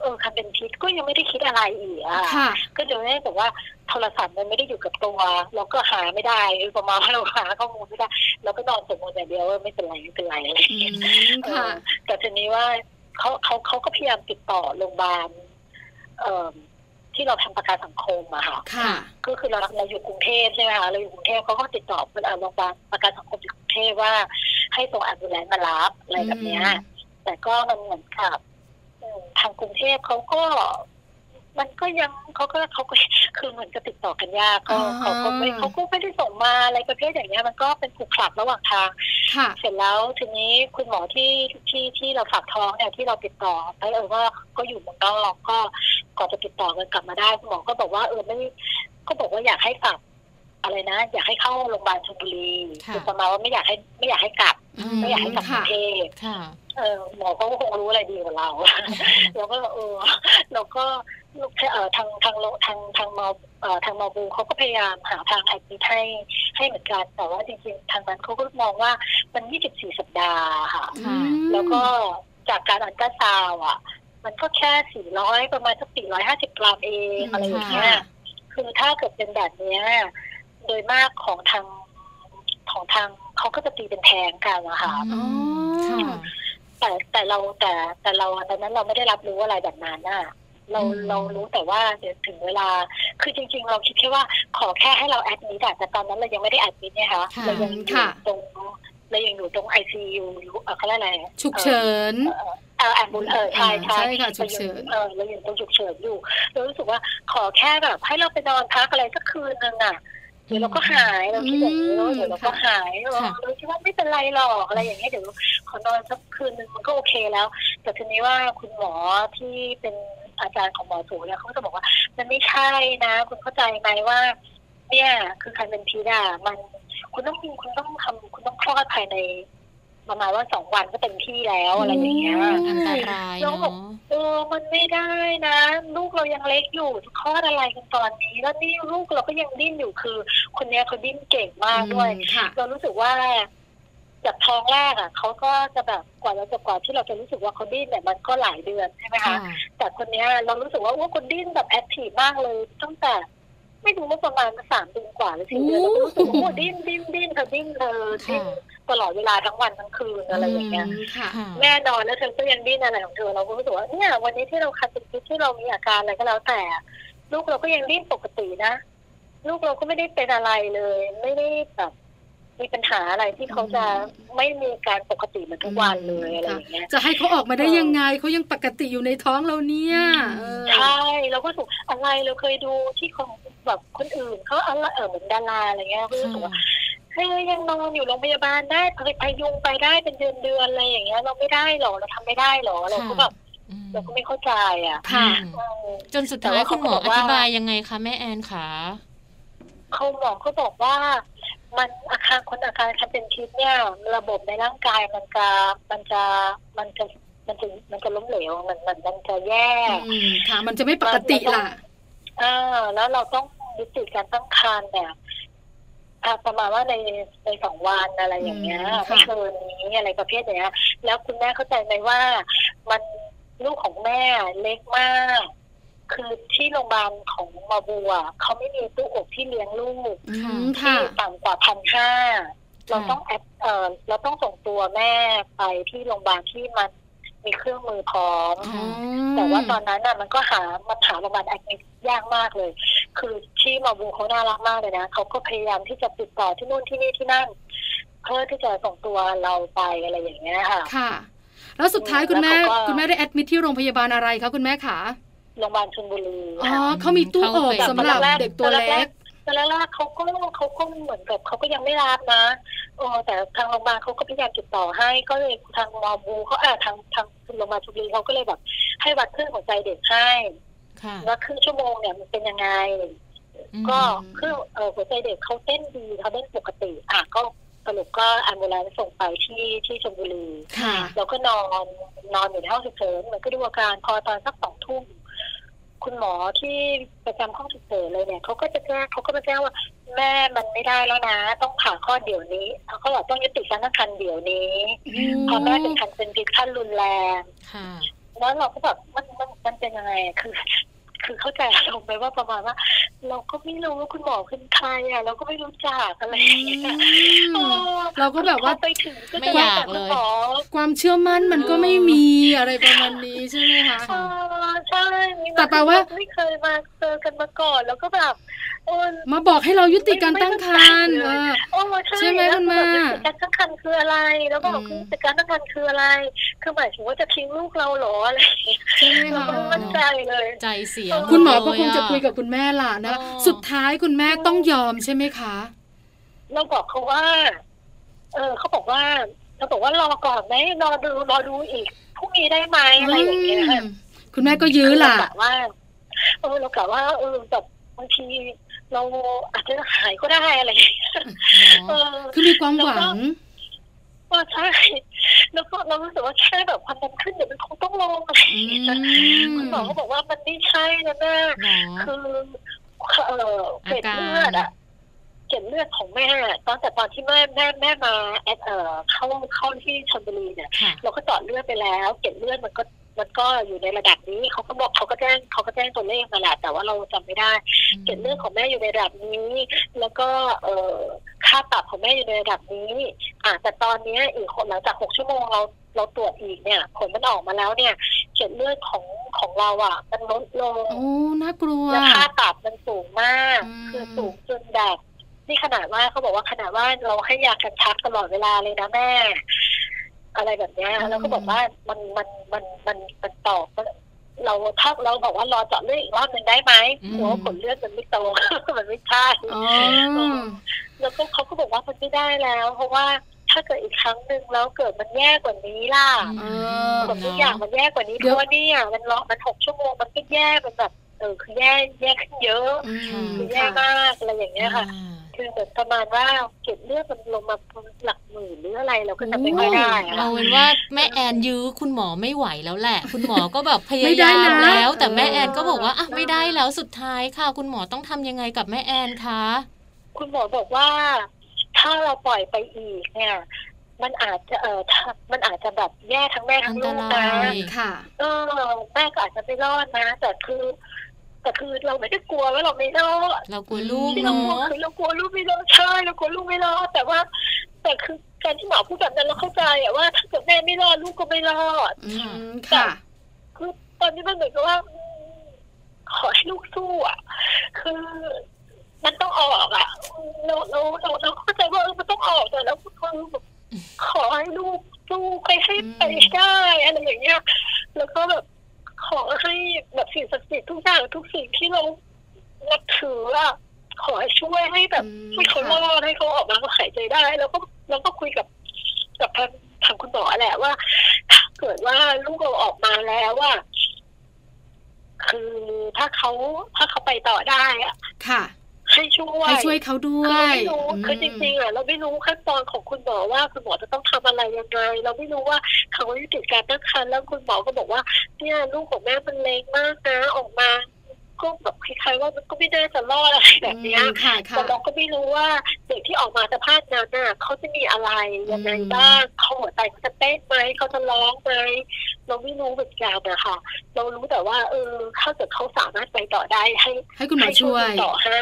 Speaker 6: เออคันเป็นพิษก็ยังไม่ได้คิดอะไรอีกอะ
Speaker 3: ค่ะ
Speaker 6: ก็จะไม่ได้แบบว่าโทรศัพท์มันไม่ได้อยู่กับตัวเราก็หาไม่ได้หรือประมาณว่าเราหาข้อมูลไม่ได้เราก็นอนสวดมนต์อย่างเดียวว่าไม่เป็นไรไม่เป็นไรอะไรอย่าง
Speaker 3: อื
Speaker 6: เงี้ย
Speaker 3: มค่ะ
Speaker 6: เออแต่ทีนี้ว่าเขาเขาเขาก็พยายามติดต่อโรงพยาบาลเอ่อที่เราทำประกันสังคมอะค่ะ
Speaker 3: ค่ะ
Speaker 6: ก็คือเราเราอยู่กรุงเทพใช่ไหมคะเราอยู่กรุงเทพเขาก็ติดต่อเป็นโรงพยาบาลประกันสังคมอยู่กรุงเทพว่าให้ส่งแอัดูแลมารับอะไรแบบเนี้ย
Speaker 3: อืม
Speaker 6: แต่ก็มันเหมือนกับเอ่อทางกรุงเทพเขาก็ มันก็ยังเขาก็เขาก็ คือเหมือนจะติดต่อกันยากก็
Speaker 3: อ่า
Speaker 6: เขาก็ไม่เขาก็ไม่ได้ส่งมาอะไรประเภทอย่างเงี้ย มันก็เป็นขลุกขลักระหว่างทาง
Speaker 3: ค่ะ
Speaker 6: เสร็จแล้วทีนี้คุณหมอที่ที่ที่เราฝากท้องเนี่ยที่เราติดต่อไปเออว่าก็อยู่เมืองนอกก็ก่อนจะติดต่อกันกลับมาได้คุณหมอก็บอกว่าเออไม่ก็บอกว่าอยากให้ฝากอะไรนะ อยากให้เข้าโรงพยาบาลชลบุรี
Speaker 2: ค่ะ
Speaker 6: อประมาณว่าไม่อยากให้ไม่อยากให้กลับ
Speaker 2: อืม
Speaker 6: ไม่อยากให้กลับกรุ
Speaker 3: ค่ะ
Speaker 6: งเทพ
Speaker 2: ค่ะ
Speaker 6: เออหมอเขาก็คงรู้อะไรดีกว่า เรา เราก็เออเราก็เออทางทางโลทางทางมอเออทางมอบูเขาก็พยายามหาทางไอทีให้ให้เหมือนกันแต่ว่าจริงๆทางนั้นเขาก็มองว่ามัน 24 สัปดาห์ค่ะ
Speaker 2: ค่ะ
Speaker 3: อืม
Speaker 6: แล้วก็จากการอันตราซาวด์อ่ะ มันก็แค่ 400 ประมาณสัก450 กรัมเอง
Speaker 2: อืม
Speaker 6: อะไรอย่างเงี้ย
Speaker 3: ค่ะ
Speaker 6: คือถ้าเกิดเป็นแบบเนี้ยโดยมากของทางของทางเขาก็จะตีเป็นแทงกันนะคะ
Speaker 3: อ๋อ
Speaker 2: ค่ะ
Speaker 6: แต่แต่เราแต่แต่เราตอนนั้นเราไม่ได้รับรู้อะไรแบบนั้นน่ะ เรา
Speaker 2: อืม
Speaker 6: เรารู้แต่ว่าเดี๋ยวถึงเวลา คือจริง ๆ เราคิดแค่ว่าขอแค่ให้เราแอดมิดอะแต่ตอนนั้นเรายังไม่ได้แอดมิดเนี่ยค่ะเรายังอยู่
Speaker 3: ค่ะ
Speaker 6: ตรงเรายังอยู่ตรงไอซียูเอ่อเขาเรียกอะไร
Speaker 3: ฉุกเฉิน
Speaker 6: เออแอดมิดเออใช่ใช่
Speaker 3: ใช่ค่ะฉุกเฉิน
Speaker 6: เออเราอยู่ตรงฉุกเฉินอยู่เรารู้สึกว่าขอแค่แบบให้เราไปนอนพักอะไรสักคืนนึงอะเดี๋ยวเราก็หายเราคิดอย่างนี้เนอะเดี๋ยวเราก็หายเออ
Speaker 2: ค่ะ
Speaker 6: เราคิดว่าไม่เป็นไรหรอกอะไรอย่างเงี้ยเดี๋ยว ขอนอนสักคืนนึงมันก็โอเคแล้ว แต่ทีนี้ว่าคุณหมอที่เป็นอาจารย์ของหมอสูเนี่ยเขาก็จะบอกว่า มันไม่ใช่นะ คุณเข้าใจไหมว่า เนี่ย คือการเป็นพีดามัน คุณต้องคุณต้องทำคุณต้องคลอดภายใน ประมาณว่าสองวันก็เต็มที่แล้วอะไรอย่างเงี้ย
Speaker 2: อันตรายเนาะ
Speaker 6: เออ มันไม่ได้นะ ลูกเรายังเล็กอยู่จะคลอดอะไรกันตอนนี้แล้วนี่ลูกเราก็ยังดิ้นอยู่คือ คนเนี้ยเขาดิ้นเก่งมากด้วย
Speaker 3: อืมค่ะ
Speaker 6: เรารู้สึกว่าจากท้องแรกอ่ะเขาก็จะแบบกว่าเราจะกว่าที่เราจะรู้สึกว่าเขาดิ้นเนี่ยมันก็หลายเดือนใช่ไหม
Speaker 2: ค่ะ
Speaker 6: คะแต่คนเนี้ยเรารู้สึกว่าโอ้คนดิ้นแบบแอคทีฟมากเลยตั้งแต่ ไม่รู้ว่าประมาณสามเดือนกว่าหรือสี่เดือน
Speaker 3: โอ้
Speaker 6: เราก็รู้สึกว่าโอ้ดิ้นดิ้นดิ้นเธอดิ้นเธอดิ้น
Speaker 2: ค่ะ
Speaker 6: ตลอดเวลาทั้งวันทั้งคืนอะไรอย่างเงี้ย
Speaker 3: อืมค่ะ
Speaker 2: ค่ะ
Speaker 6: แน่นอนแล้วเธอก็ยังดิ้นอะไรของเธอเราก็รู้สึกว่าเนี่ยวันนี้ที่เราคัดเป็นพิษที่เรามีอาการอะไรก็แล้วแต่ ลูกเราก็ยังดิ้นปกตินะ ลูกเราก็ไม่ได้เป็นอะไรเลย ไม่ได้แบบมีปัญหาอะไรที่เขาจะไม่มีการปกติเหมือนทุกวันเลยอะไรอย่างเงี้ย
Speaker 3: จะให้เขาออกมาได้ยังไงเขายังปกติอยู่ในท้องเราเนี่ยเออ
Speaker 6: ใช่เราก็รู้สุกอะไรเราเคยดูที่ของแบบคนอื่นเขาเอาละเออเหมือนดาราอะไรเงี้ยก็รู้สึกว่า เฮ้ยยังนอนอยู่โรงพยาบาลได้พยพยุงไปได้เป็นเดือนเดือนๆอะไรอย่างเงี้ย เราไม่ได้หรอเราทำไม่ได้หรอเราก็แบบเราก็ไม่เข้าใจอ่ะ
Speaker 2: ค่ะ
Speaker 6: เ
Speaker 2: จนสุดท้ายคุณหมออธิบายยังไงคะแม่แอนคะ
Speaker 6: ขาหมอก็บอกว่า มันอาการคนอาการคันเป็นพิษเนี่ย ระบบในร่างกายมันจะมันจะมันจะมันจะมันจะล้มเหลวมันมันมันจะแย่
Speaker 3: อืมค่ะ มันจะไม่ปกติล่ะ
Speaker 6: เออแล้วเราต้องยุติการตั้งครรภ์เนี่ยอ่ะประมาณว่าในในสองวันอะไรอย่างเงี้ย
Speaker 3: อืมค่ะ
Speaker 6: ไม่เกินนี้อะไรประเภทเนี้ย แล้วคุณแม่เข้าใจไหมว่า มันลูกของแม่เล็กมาก คือที่โรงพยาบาลของมาบัวเขาไม่มีตู้อบที่เลี้ยงลูก
Speaker 3: อื
Speaker 2: ค่ะ
Speaker 3: ม
Speaker 6: ที่
Speaker 3: ค่ะ
Speaker 6: ต่ำกว่าพันห้าเราต้องแอดเออเราต้องส่งตัวแม่ไปที่โรงพยาบาลที่มันมีเครื่องมือพร้อม
Speaker 2: ค่ะ
Speaker 6: แต่ว่าตอนนั้นน่ะมันก็หามันหาโรงพยาบาลแอดมิดยากมากเลย คือที่หมาบูเขาน่ารักมากเลยนะเขาก็พยายามที่จะติดต่อที่นู่นที่นี่ที่นั่น เพื่อที่จะส่งตัวเราไปอะไรอย่างเงี้ยค่ะ
Speaker 3: ค่ะ แล้วสุดท้ายคุณแม่
Speaker 6: แล้วเขาก็
Speaker 3: คุณแม่ได้แอดมิทที่โรงพยาบาลอะไรคะคุณแม่ขา
Speaker 6: โรงพยาบาลชลบุรี
Speaker 3: อ๋อ
Speaker 6: ค่ะ
Speaker 3: เขามีตู้อบสำหรับเด็กตัวเล็ก
Speaker 6: ตอนแรกเขาก็เขาก็เหมือนกับเขาก็ยังไม่รับนะเออแต่ทางโรงพยาบาลเขาก็พยายามติดต่อให้ ก็เลยทางมอบูเขาเออทางทางโรงพยาบาลชุรีเขาก็เลยแบบ ให้วัดคลื่นหัวใจเด็กให้
Speaker 2: ค่ะ
Speaker 6: ว่าครึ่งชั่วโมงเนี่ยมันเป็นยังไง ก็เครื่องเออหัวใจเด็กเขาเต้นดีเขาเต้นปกติ อ่ะก็สรุปก็อัมบูลานส่งไปที่ที่ชลบุรี
Speaker 3: ค่ะ
Speaker 6: เราก็นอนนอนอยู่ในห้องฉุกเฉินมันก็ดูอาการพอตอนสักสองทุ่มคุณหมอที่ประจำห้องฉุกเฉินเลยเนี่ยเขาก็จะแจ้งเขาก็มาแจ้งว่า แม่มันไม่ได้แล้วนะ ต้องผ่าคลอดเดี๋ยวนี้เขาก็บอกต้องยุติการตั้งครรภ์เดี๋ยวนี้เพอแม่เป็นครรภ์เป็นพิษขั้นรุนแรง
Speaker 2: ค่ะ
Speaker 6: แล้วเราก็แบบมันมันมันเป็นยังไงอะคือ คือเข้าใจอารมณ์ไปว่าประมาณว่า เราก็ไม่รู้ว่าคุณหมอคือใครอ่ะเราก็ไม่รู้จักอะไรอย่างเงี้ย
Speaker 3: อืม
Speaker 6: เออ
Speaker 3: เราก็แบบว่า
Speaker 6: พอไปถึงก็
Speaker 2: ไม่
Speaker 6: จะ
Speaker 2: อยาก
Speaker 6: แต่คุณ
Speaker 2: เลย
Speaker 6: หมอ
Speaker 3: ความเชื่อมั่นมันก็ไม่มีอะไรประมาณนี้ใช่ไหมคะ
Speaker 6: เออใช่มีม
Speaker 3: แต่แปลว่า
Speaker 6: ไม่เคยมาเจอกันมาก่อน แล้วก็แบบโอ้ย
Speaker 3: มาบอกให้เรายุติการตั้งครรภ์เออ
Speaker 6: โอ้ยใช่
Speaker 3: ใช่ไหม
Speaker 6: แล้ว
Speaker 3: มันมา
Speaker 6: แบบวิธีการตั้งครรภ์คืออะไร แล้วก็บอก
Speaker 2: อืม
Speaker 6: วิธีการตั้งครรภ์คืออะไร คือหมายถึงว่าจะทิ้งลูกเราเหรออะไรอย่างเงี้ย
Speaker 3: ใช่ไหม
Speaker 6: เรา
Speaker 3: คะ
Speaker 6: ก็ไม่มั่นใจเลย
Speaker 2: ใจเสีย
Speaker 3: คุณหมอก็คงจะคุยกับคุณแม่ล่ะนะ
Speaker 2: อ๋อ
Speaker 3: สุดท้ายคุณแม่ต้องยอมใช่ไหมคะ
Speaker 6: เราบอกเขาว่า เออเขาบอกว่าเขาบอกว่ารอก่อนไหมรอดูรอดูอีกพรุ่งนี้ได้ไหมอะไรอย่างเงี้ย
Speaker 3: อืมคุณแม่ก็ยื้อล่ะ
Speaker 6: เรากว่าเออเรากะว่าเออแบบบางทีเราอาจจะหายก็ได้อะไรอย่างเงี้ยเออ
Speaker 3: คือมีความหวัง
Speaker 6: ก็ใช่แล้วก็เรารู้สึกว่าแค่แบบความดันขึ้นเดี๋ยวมันคงต้องลงอะไรอย่างเงี้ย
Speaker 3: ม
Speaker 6: คุณหมอก็บอกว่ามันไม่ใช่นะแม่
Speaker 2: หมอ
Speaker 6: คือเอ่อเกล็ดเลือดอะเกล็ดเลือดของแม่ตอนแต่ตอนที่แม่แม่แม่มาแอดเอ่อเข้าเข้าที่ชลบุรีเนี่ย
Speaker 2: ค่ะ
Speaker 6: เราก็เจาะเลือดไปแล้วเกล็ดเลือดมันก็มันก็อยู่ในระดับนี้เขาก็บอกเขาก็แจ้งเขาก็แจ้งตัวเลขมาแหละแต่ว่าเราจำไม่ได้ เกล็ดเลือดของแม่อยู่ในระดับนี้ แล้วก็เอ่อค่าตับของแม่อยู่ในระดับนี้อ่าแต่ตอนเนี้ยอีกคนหลังจากหกชั่วโมงเราเราตรวจอีกเนี่ย ผลมันออกมาแล้วเนี่ยเกล็ดเลือดของของเราอ่ะ มันลดลง
Speaker 3: โอ้น่ากลัว
Speaker 6: และค่าตับมันสูงมาก
Speaker 3: อืม
Speaker 6: คือสูงจนแบบนี่ขนาดว่าเขาบอกว่าขนาดว่าเราให้ยากันชักตลอดเวลาเลยนะแม่ อะไรแบบเนี้ยแล้วก็บอกว่ามันมันมันมันมันตอบว่าเราถ้าเราบอกว่ารอเจาะเลือดอีกรอบหนึ่งได้ไหม
Speaker 2: อืม
Speaker 6: หัวาผลเลือดมันไม่โต มันไม่ใช่
Speaker 3: อ๋อ
Speaker 6: แล้วก็เขาก็บอกว่ามันไม่ได้แล้ว เพราะว่าถ้าเกิดอีกครั้งหนึ่งแล้วเกิดมันแย่กว่านี้ล่ะ
Speaker 3: เออ
Speaker 6: ผลทุกอย่างมันแย่กว่านี้
Speaker 3: เดี๋
Speaker 6: เพ
Speaker 3: ยว
Speaker 6: ราะว่าเนี่ยมันรอมันหกชั่วโมงมันก็แย่มันแบบเออคือแย่แย่ขึ้นเยอะ
Speaker 3: อืม
Speaker 6: คือแย่
Speaker 3: ค่ะ
Speaker 6: มากอะไรอย่างเงี้ยค่ะ
Speaker 2: อ่า
Speaker 6: คือเหมือนประมาณว่าเก็บเลือดมันลงมาหลักหมื่นหรืออะไรเราก็จำไม่ค่อยได้อะ
Speaker 2: เอาเป็นว่าแม่แอนยื้อคุณหมอไม่ไหวแล้วแหละ คุณหมอก็แบบพ
Speaker 3: ไม่
Speaker 2: ยา
Speaker 3: ได้
Speaker 2: ยาม
Speaker 3: นะ
Speaker 2: แล้ว แต่แม่
Speaker 3: เออ
Speaker 2: แอนก็บอกว่าอ่ะไม่ได้แล้วสุดท้ายค่ะ คุณหมอต้องทำยังไงกับแม่แอนคะ
Speaker 6: คุณหมอบอกว่าถ้าเราปล่อยไปอีกเนี่ย มันอาจจะเออถ้ามันอาจจะแบบแย่ทั้งแม่
Speaker 2: อั
Speaker 6: ทั้
Speaker 2: น
Speaker 6: ง
Speaker 2: ต
Speaker 6: ลูก
Speaker 2: รา
Speaker 6: นะ
Speaker 2: ย
Speaker 3: ค่ะ
Speaker 6: เออแม่ก็อาจจะไม่รอดนะ แต่คือแต่คือเราไม่ได้กลัวว่าเราไม่รอด
Speaker 2: เรากลัวลูก
Speaker 6: ที่เรา
Speaker 2: เนาะ
Speaker 6: กลัวคือเรากลัวลูกไม่รอดใช่เรากลัวลูกไม่รอดแต่ว่า แต่คือการที่หมอพูดแบบนั้นเราเข้าใจอะว่าถ้าเกิดแม่ไม่รอดลูกก็ไม่รอด
Speaker 3: อืมค่ะ
Speaker 6: คือตอนนี้มันเหมือนกับว่าอืมขอให้ลูกสู้อ่ะ คือมันต้องออกอ่ะเราเราเราเราเข้าใจว่าเออมันต้องออกแต่เราคือแบบขอให้ลูกสู้ไปให้
Speaker 3: อืม
Speaker 6: ไปให้ได้อะไรอย่างเงี้ย แล้วก็แบบขอให้แบบสิ่งศักดิ์สิทธิ์ทุกอย่างทุกสิ่งที่เรานับถืออ่ะขอให้ช่วยให้แบบ
Speaker 3: อืม
Speaker 6: ให้เขารอดให้เขาออกมาเขาหายใจได้ แล้วก็แล้วก็คุยกับกับทางทางคุณหมอแหละว่าถ้าเกิดว่าลูกเราออกมาแล้วว่า คือถ้าเขาถ้าเขาไปต่อได้อะ
Speaker 3: ค่ะ
Speaker 6: ให้ช่วย
Speaker 3: ให้ช่วยเขาด้ว
Speaker 6: คือเรา
Speaker 3: ย
Speaker 6: ไม่รู้คือจริงๆอ่ะเราไม่รู้ขั้นตอนของคุณหมอว่าคุณหมอจะต้องทำอะไรยังไง เราไม่รู้ว่าเขายุติการตั้งครรภ์แล้วคุณหมอก็บอกว่า เนี่ยลูกของแม่มันเล็กมากนะออกมาก็แบบคล้ายๆว่ามันก็ไม่น่าจะรอดอะไรแบบเนี้ย
Speaker 3: อืมค่ะค่ะ
Speaker 6: แต่เราก็ไม่รู้ว่าเด็กที่ออกมาสภาพนั้นน่ะเขาจะมีอะไรยังไงบ้างเขาหัวใจเขาจะเต้นไหมเขาจะร้องไหมเราไม่รู้เหมือนกันนะคะเรารู้แต่ว่า เออถ้าเกิดเขาสามารถไปต่อได้ให้
Speaker 3: ให้คุณหมอ
Speaker 6: ให้
Speaker 3: ช่วย
Speaker 6: ต่อให้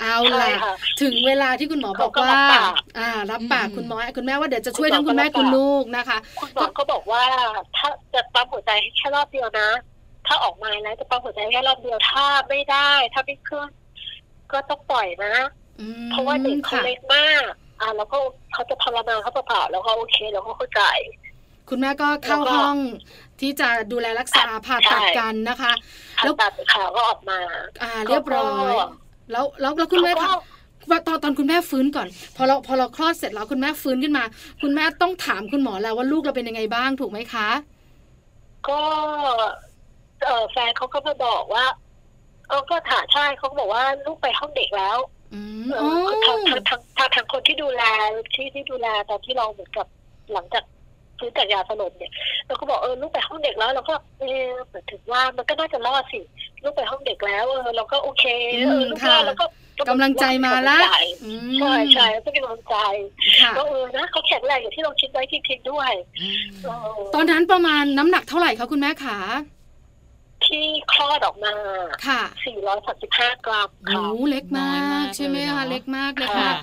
Speaker 3: เอา
Speaker 6: ใช่
Speaker 3: ล่ะ
Speaker 6: ค่ะ
Speaker 3: ถึงเวลาที่คุณหมอบอกว่า
Speaker 6: เขาก็รับปาก
Speaker 3: อ่า รับปาก
Speaker 2: อืม
Speaker 3: คุณหมอคุณแม่ว่าเดี๋ยวจะช่วย
Speaker 6: คุณห
Speaker 3: ทั้ง
Speaker 6: มอ
Speaker 3: คุณแม่
Speaker 6: ก็รับปาก
Speaker 3: คุณลูกนะคะ
Speaker 6: คุณหมอก็บอกว่า ถ้าจะปั๊มหัวใจให้แค่รอบเดียวนะ ถ้าออกมาแล้วจะปั๊มหัวใจแค่รอบเดียวถ้าไม่ได้ ถ้าไม่ขึ้นก็ต้องปล่อยนะ
Speaker 3: อืม
Speaker 6: เพราะว่าเด็กเขา
Speaker 3: ค่ะ
Speaker 6: เล็กมาก อ่าแล้วก็เขาจะพลานาเขาเปล่าๆแล้วก็โอเคแล้วก็เข้าใจ
Speaker 3: คุณแม่ก็เข้า
Speaker 6: แล้วก็
Speaker 3: ห้องที่จะดูแลรักษาผ่าตัด
Speaker 6: ใช่
Speaker 3: กันนะคะ แล้
Speaker 6: แล้ว วตัดขาก็ออกมา
Speaker 3: อ่า เรียบร้อย
Speaker 6: เขาก็
Speaker 3: แล้วแล้วแล้วคุณแม่
Speaker 6: เขา
Speaker 3: ค่ะ
Speaker 6: ก็
Speaker 3: ว่าตอนตอนคุณแม่ฟื้นก่อน พอเราพอเราคลอดเสร็จแล้วคุณแม่ฟื้นขึ้นมา คุณแม่ต้องถามคุณหมอแล้วว่าลูกเราเป็นยังไงบ้างถูกไหมคะ
Speaker 6: ก็เออแฟนเขาก็มาบอกว่าเออก็ถ่าใช่เขาก็บอกว่าลูกไปห้องเด็กแล้ว
Speaker 3: อืม
Speaker 6: เอ
Speaker 3: อ๋อ
Speaker 6: อทางทางทางทางทางคนที่ดูแลที่ที่ดูแลตอนที่เราเหมือนกับหลังจากซื้อจากยาสลบเนี่ยเราก็บอกเออลูกไปห้องเด็กแล้วเราก็เออเหมือนถึงว่ามันก็น่าจะรอดสิลูกไปห้องเด็กแล้วเออเราก็โอเคเออลูกรอดแล้วก็
Speaker 3: กำลังใจมาละอืม
Speaker 6: ใช่ใช่แล้วก็เป็นกำลังใจ
Speaker 3: ค่ะ
Speaker 6: ก็เออนะเขาแข็งแรงอย่างที่เราคิดไว้จริงๆด้วยเออ
Speaker 3: ตอนนั้นประมาณน้ำหนักเท่าไหร่คะคุณแม่ขา
Speaker 6: ที่คลอดออกมา
Speaker 3: ค่ะ
Speaker 6: 435 กรัม
Speaker 3: โอ้
Speaker 6: ค่ะ
Speaker 3: โหเล็กมาก ใช่ไหม
Speaker 2: น้อย
Speaker 3: คะ
Speaker 2: มากเลยเนอะ
Speaker 3: เล็กมากเลย
Speaker 6: ค่ะ
Speaker 3: ค่ะ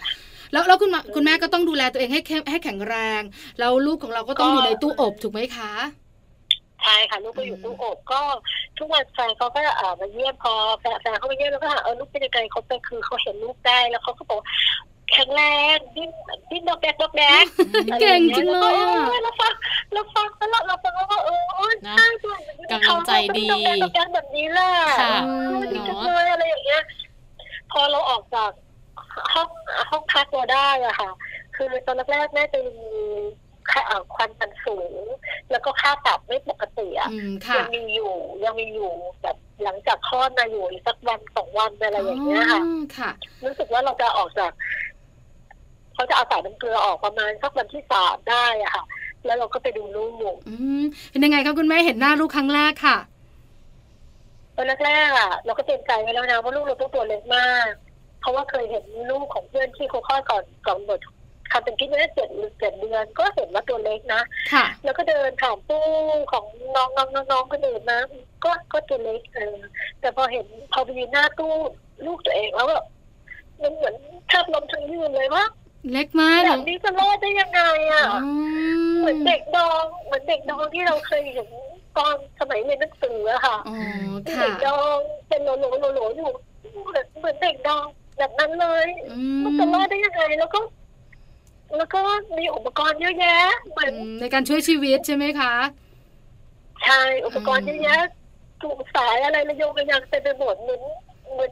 Speaker 3: แล้วแล้วคุณหมอคุณแม่ก็ต้องดูแลตัวเองให้เข้มให้แข็งแรง แล้วลูกของเราก็ต้อง
Speaker 6: ก็
Speaker 3: อยู่ในตู้อบถูกไหมคะ
Speaker 6: ใช่ค่ะ ลูกก็อยู่ตู้อบก็ทุกวันแฟนเขาก็เอ่อมาเยี่ยมพอแฟนแฟนเขามาเยี่ยมแล้วก็ถามเออลูกเป็นยังไงเขาเป็นคือเขาเห็นลูกได้แล้วเขาก็บอกแข็งแรงดิ้นดิ้นดอกแดกดอกแด ก
Speaker 3: เก่งจังเลยอะ
Speaker 6: แล้วฟังแล้วฟังแล้วเราเราฟังแล้วก็เออโอ๊ย
Speaker 2: นะ
Speaker 6: ใช่ด้วย
Speaker 2: กำลังใจดี
Speaker 6: เขาเป็นดอกแดกดอกแดกแบบนี้แหละ
Speaker 2: ค่ะ
Speaker 6: ดีจัง
Speaker 2: เนาะ
Speaker 6: เลยอะไรอย่างเงี้ย พอเราออกจากห้องห้องพักเราได้อะค่ะ ค คือตอนแรกๆแม่จะมีค่าเอ่อควันมันสูง แล้วก็ค่าตับไม่ปกติอะ
Speaker 3: อืมค่ะ
Speaker 6: ยังมีอยู่ยังมีอยู่แบบหลังจากคลอดมาอยู่อีกสักวันสองวันอะไรอย่างเงี้ยค่ะ
Speaker 3: อืมค่ะ
Speaker 6: รู้สึกว่าเราจะออกจากเขาจะเอาสายน้ำเกลือออกประมาณสักวันที่สามได้อะค่ะ แล้วเราก็ไปดูลูก
Speaker 3: อืมเป็นยังไงคะคุณแม่เห็นหน้าลูกครั้งแรกค่ะ
Speaker 6: ตอนแรกๆอะเราก็เต็มใจไว้แล้วนะว่าลูกเราต้องตัวเล็กมาก เพราะว่าเคยเห็นลูกของเพื่อนที่เขาคลอดก่อนก่อนหมดคำเป็นพิษไม่ได้เจ็ดหรือเจ็ดเดือนก็เห็นว่าตัวเล็กนะ
Speaker 3: ค่ะ
Speaker 6: แล้วก็เดินผ่านตู้ของน้องน้องน้องน้องคนอื่นมาก็ก็ตัวเล็กเออแต่พอเห็นพอไปยืนหน้าตู้ลูกตัวเองแล้วแบบมันเหมือนแทบลมทั้งยืนเลยว่า
Speaker 3: เล็กมาก
Speaker 6: แบ
Speaker 3: เหรอบ
Speaker 6: นี้จะรอดได้ยังไงอ่ะ
Speaker 3: อืม
Speaker 6: เหมือนเด็กดองเหมือนเด็กดองที่เราเคยเห็นตอนสมัยเรียนหนังสืออะค่ะ
Speaker 3: อ๋อ
Speaker 6: ที่
Speaker 3: ค่ะ
Speaker 6: เด็กดองเป็นโหลโหลโหลโหลอยู่เหมือนเหมือนเด็กดองแบบนั้นเลย
Speaker 3: อื
Speaker 6: มันจะรอดได้ยังไงแล้วก็ แล้วก็มีอุปกรณ์เยอะแยะเหมือน
Speaker 3: มในการช่วยชีวิตใช่ไหมคะ
Speaker 6: ใช่ อุปกรณ์เยอะแยะถูกสายอะไรระโยงระยางเต็มไปหมดเหมือนเหมือน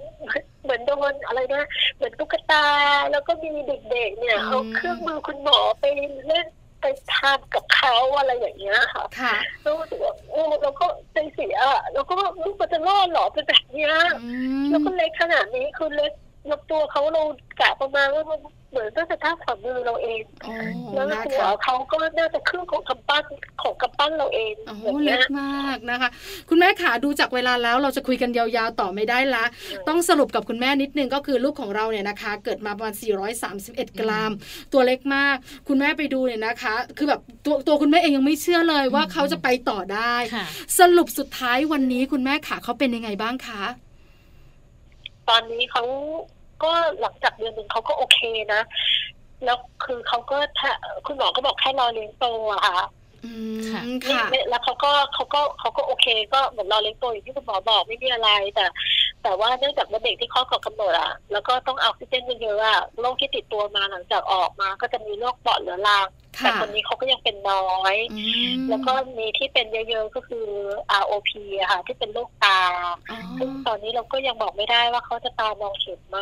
Speaker 6: เหมือนโดนอะไรนะเหมือนตุ๊กตา แล้วก็มีเด็กๆ เนี่ย
Speaker 3: อืม
Speaker 6: เอาเครื่องมือคุณหมอไปเล่นไปทำกับเขาอะไรอย่างเงี้ยค่ะ
Speaker 3: ค่ะ
Speaker 6: แล้วรู้สึกว่าโอ้เราก็ใจเสียอะเราก็ว่าลูกมันจะรอดเหรอเป็นแบบเนี้ย
Speaker 3: อืม
Speaker 6: แล้วก็เล็กขนาดนี้คือเล็กลำตัวเขาเรากะประมาณว่ามันเหมือนตั้งแต่ท่าฝ่ามือเราเอง
Speaker 3: โอ้
Speaker 6: แล้ว
Speaker 3: นะ
Speaker 6: ตัว
Speaker 3: คะ
Speaker 6: เขาก็น่าจะครึ่งของกำปั้นของกำปั้นเราเอง
Speaker 3: โอ้โห
Speaker 6: อย่าง
Speaker 3: เล็
Speaker 6: เงี้ย
Speaker 3: กมากนะคะ คุณแม่ขาดูจากเวลาแล้วเราจะคุยกันยาวๆต่อไม่ได้ละ ต้องสรุปกับคุณแม่นิดนึงก็คือลูกของเราเนี่ยนะคะ เกิดมาประมาณ 431 กรัมตัวเล็กมาก คุณแม่ไปดูเนี่ยนะคะ คือแบบตัวตัวคุณแม่เองยังไม่เชื่อเลยว่า
Speaker 2: อืม
Speaker 3: เขาจะไปต่อได้
Speaker 2: ค่ะ
Speaker 3: สรุปสุดท้ายวันนี้คุณแม่ขาเขาเป็นยังไงบ้างคะ
Speaker 6: ตอนนี้เขาก็หลังจากเดือนหนึ่งเขาก็โอเคนะ แล้วคือเขาก็ถ้าคุณหมอก็บอกแค่รอเลี้ยงโตอะค่ะ
Speaker 3: อื
Speaker 2: ค่ะ
Speaker 3: มค่ะ
Speaker 6: นี่แล้วเขาก็เขาก็เขาก็โอเค ก็เหมือนรอเลี้ยงโตอย่างที่คุณหมอบอกไม่มีอะไร แต่ แต่ว่าเนื่องจากว่าเด็กที่ข้อดก่อนกำหนดอะแล้วก็ต้องเอาออกซิเจนเยอะๆอะโรคที่ติดตัวมาหลังจากออกมา ก็จะมีโรคปอดเหลือรังแต่
Speaker 3: ค่ะ
Speaker 6: คนนี้เขาก็ยังเป็นน้อย
Speaker 3: อืม
Speaker 6: แล้วก็มีที่เป็นเยอะๆก็คือ ROP อะค่ะที่เป็นโรคตา
Speaker 3: อ๋อ
Speaker 6: ซึ่งตอนนี้เราก็ยังบอกไม่ได้ว่าเขาจะตามองเห็นไหม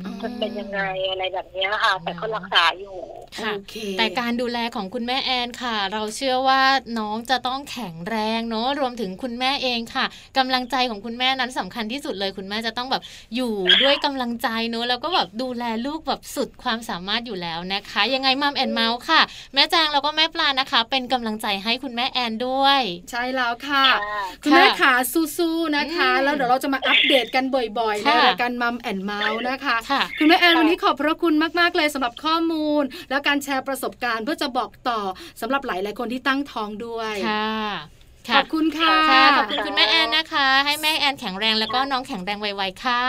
Speaker 2: อืม
Speaker 6: มันเป็นยังไงอะไรแบบเนี้ยค่ะ แต่ก็รักษาอยู่
Speaker 2: ค่ะ
Speaker 3: โอเค
Speaker 2: แต่การดูแลของคุณแม่แอนค่ะ เราเชื่อว่าน้องจะต้องแข็งแรงเนอะรวมถึงคุณแม่เองค่ะกำลังใจของคุณแม่นั้นสำคัญที่สุดเลยคุณแม่จะต้องแบบอยู่ด้วยกำลังใจเนอะแล้วก็แบบดูแลลูกแบบสุดความสามารถอยู่แล้วนะคะ ยังไงมัมแอนเมาส์ค่ะ แม่แจางแล้วก็แม่ปลานะคะ เป็นกำลังใจให้คุณแม่แอนด้วย
Speaker 3: ใช่แล้วค่ะ
Speaker 6: ค่ะ
Speaker 3: คุณแม่ขาสู้ๆนะคะ
Speaker 2: อืม
Speaker 3: แล้วเดี๋ยวเราจะมาอัปเดตกันบ่อยๆใน
Speaker 2: ค่ะ
Speaker 3: รายการมัมแอนเมาส์นะคะ
Speaker 2: ค่ะ
Speaker 3: คุณแม่แอน
Speaker 6: ค่ะ
Speaker 3: วันนี้ขอบพระคุณมากๆเลยสำหรับข้อมูล และการแชร์ประสบการณ์เพื่อจะบอกต่อสำหรับหลายๆคนที่ตั้งท้องด้วย
Speaker 2: ค่ะ
Speaker 3: ขอบคุณค่ะ
Speaker 2: ค่ะขอบคุณคุณแม่แอนนะคะ ให้แม่แอนแข็งแรงแล้วก็น้องแข็งแรงไวๆค่ะ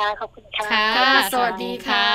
Speaker 6: ค่ะ ขอบคุณค่ะ
Speaker 2: ค่ะ
Speaker 3: ค่ะสวัสดีค่ะ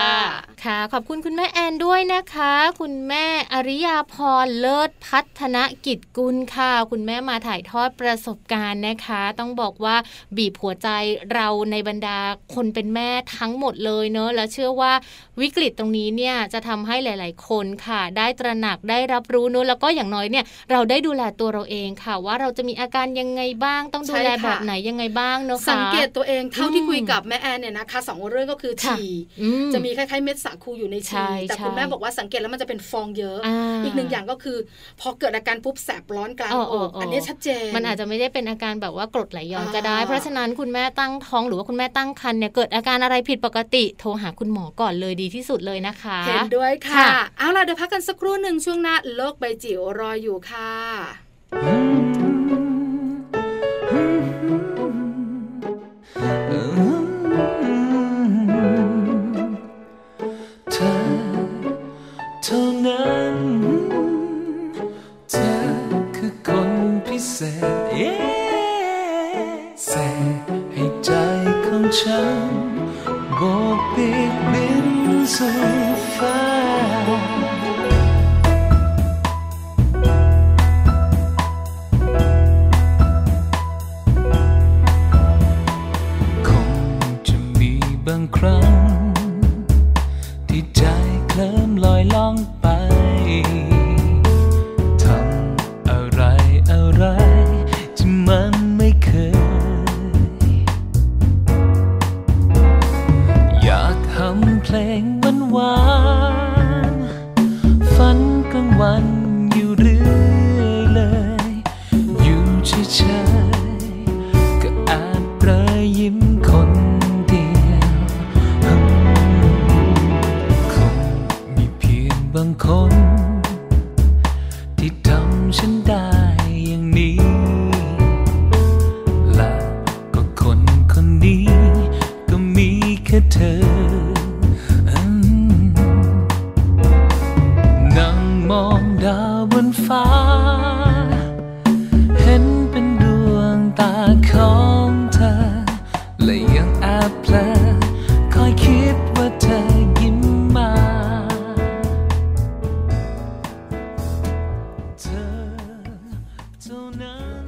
Speaker 2: ค่ะ ขอบคุณคุณแม่แอนด้วยนะคะ คุณแม่อริยาพรเลิศพัฒนกิจกุลค่ะ คุณแม่มาถ่ายทอดประสบการณ์นะคะ ต้องบอกว่าบีบหัวใจเราในบรรดาคนเป็นแม่ทั้งหมดเลยเนอะและเชื่อว่าวิกฤตตรงนี้เนี่ยจะทำให้หลาย ๆ คนค่ะ ได้ตระหนักได้รับรู้เนอะแล้วก็อย่างน้อยเนี่ยเราได้ดูแลตัวเราเองค่ะ ว่าเราจะมีอาการยังไงบ้าง ต้องดูแล
Speaker 3: ใช่ค่ะ
Speaker 2: แบบไหนยังไงบ้างเนอะค่ะ
Speaker 3: สังเกตตัวเองเท่าที่
Speaker 2: อืม
Speaker 3: คุยกับแม่แอนเนี่ยนะคะสองเรื่องก็คือ
Speaker 2: ค่ะ
Speaker 3: ฉี่
Speaker 2: อื
Speaker 3: จะมีคล้ายๆเม็ดสาคูอยู่ใน
Speaker 2: ใช่
Speaker 3: ฉี่แต่คุณ
Speaker 2: ใช่
Speaker 3: แม่บอกว่าสังเกตแล้วมันจะเป็นฟองเยอะ
Speaker 2: อ่า
Speaker 3: อีกหนึ่งอย่างก็คือ พอเกิดอาการปุ๊บแสบร้อนกลาง
Speaker 2: อ๋ออ๋
Speaker 3: อ
Speaker 2: อก อ๋ออั
Speaker 3: อันนี้ชัดเจน
Speaker 2: มันอาจจะไม่ได้เป็นอาการแบบว่ากรดไหลย้อนก็ได้
Speaker 3: อ่า
Speaker 2: เพราะฉะนั้นคุณแม่ตั้งท้องหรือว่าคุณแม่ตั้งครรภ์เนี่ยเกิดอาการอะไรผิดปกติโทรหาคุณหมอก่อนเลยดีที่สุดเลยนะคะ
Speaker 3: เห็นด้วยค่ะ
Speaker 2: ค่ะ
Speaker 3: เอาล่ะเดี๋ยวพักกันสักครู่หนึ่งช่วงหน้าโลกใบจิ๋วรออยู่ค่ะ
Speaker 4: เธอเท่านั้น เธอคือคนพิเศษเอ๊ะเสกให้ใจของฉันโบกบิกบินสู่ฟ้า คงจะมีบางครั้ง ที่ใจเคลิ้มลอยล่องไป ทำอะไรอะไรที่มันไม่เคย อยากทำเพลงหวาน างคน ที่ทำฉันได้อย่างนี้ และก็คนคนนี้ ก็มีแค่เธออืมนั่งมองดาวบนฟ้า เห็นเป็นดวงตาของเธอ และยังแอบเพลอคอยคิดว่าเธอยิ้มมา เธอเท่านั้น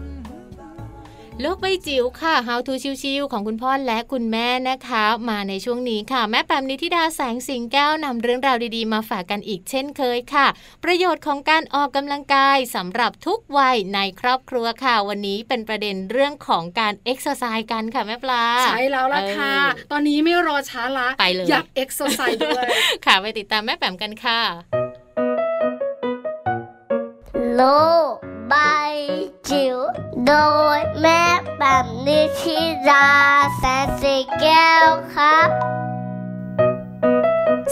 Speaker 2: โลกใบจิ๋วค่ะ How to ชิวๆของคุณพ่อและคุณแม่นะคะ มาในช่วงนี้ค่ะ แม่แปมนิธิดาแสงสิงแก้วนำเรื่องราวดีๆ มาฝากกันอีกเช่นเคยค่ะ ประโยชน์ของการออกกำลังกายสำหรับทุกวัยในครอบครัวค่ะ วันนี้เป็นประเด็นเรื่องของการเอ็กซ์ไซส์กันค่ะแม่ปลา
Speaker 3: ใช้แล้วล่ะค่ะ ตอนนี้ไม่รอช้าละ
Speaker 2: ไปเลย
Speaker 3: อยากเอ็กซ์ไซส์ ด้วย
Speaker 2: ค่ะไปติดตามแม่แปมกันค่ะ
Speaker 7: lô bay chiều đôi mép bằng đi khi ra sẽ xì keo khắp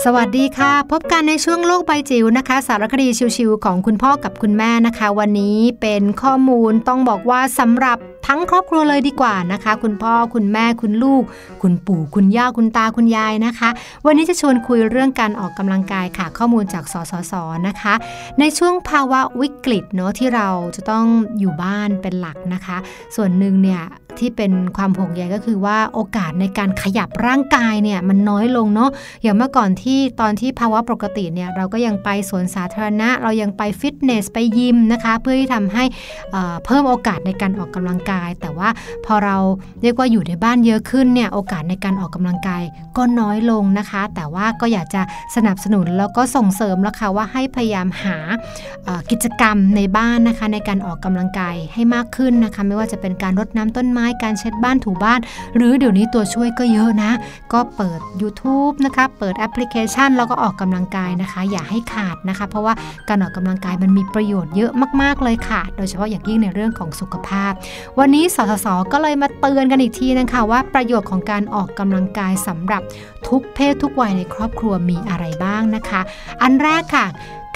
Speaker 8: สวัสดีค่ะ พบกันในช่วงโลกใบจิ๋วนะคะ สารคดีชิวๆของคุณพ่อกับคุณแม่นะคะ วันนี้เป็นข้อมูลต้องบอกว่าสำหรับทั้งครอบครัวเลยดีกว่านะคะ คุณพ่อคุณแม่คุณลูก คุณปู่คุณย่าคุณตาคุณยายนะคะ วันนี้จะชวนคุยเรื่องการออกกำลังกายค่ะ ข้อมูลจากสสสนะคะ ในช่วงภาวะวิกฤตเนาะที่เราจะต้องอยู่บ้านเป็นหลักนะคะ ส่วนหนึ่งเนี่ยที่เป็นความห่วงใยก็คือว่าโอกาสในการขยับร่างกายเนี่ยมันน้อยลงเนาะ อย่างเมื่อก่อนที่ตอนที่ภาวะปกติเนี่ยเราก็ยังไปสวนสาธารณะ เรายังไปฟิตเนสไปยิมนะคะ เพื่อที่ทำให้เอ่อเพิ่มโอกาสในการออกกำลังกาย แต่ว่าพอเราเรียกว่าอยู่ในบ้านเยอะขึ้นเนี่ยโอกาสในการออกกำลังกายก็น้อยลงนะคะ แต่ว่าก็อยากจะสนับสนุนแล้วก็ส่งเสริมแล้วค่ะว่าให้พยายามหาเอ่อกิจกรรมในบ้านนะคะ ในการออกกำลังกายให้มากขึ้นนะคะ ไม่ว่าจะเป็นการรดน้ำต้นไม้การเช็ดบ้านถูบ้าน หรือเดี๋ยวนี้ตัวช่วยก็เยอะนะ ก็เปิด YouTube นะคะ เปิดแอปพลิเคชัน แล้วก็ออกกำลังกายนะคะ อย่าให้ขาดนะคะ เพราะว่าการออกกำลังกายมันมีประโยชน์เยอะมาก ๆ เลยค่ะ โดยเฉพาะอย่างยิ่งในเรื่องของสุขภาพ วันนี้สสส ก็เลยมาเตือนกันอีกทีนะคะว่าประโยชน์ของการออกกำลังกายสำหรับทุกเพศทุกวัยในครอบครัวมีอะไรบ้างนะคะ อันแรกค่ะ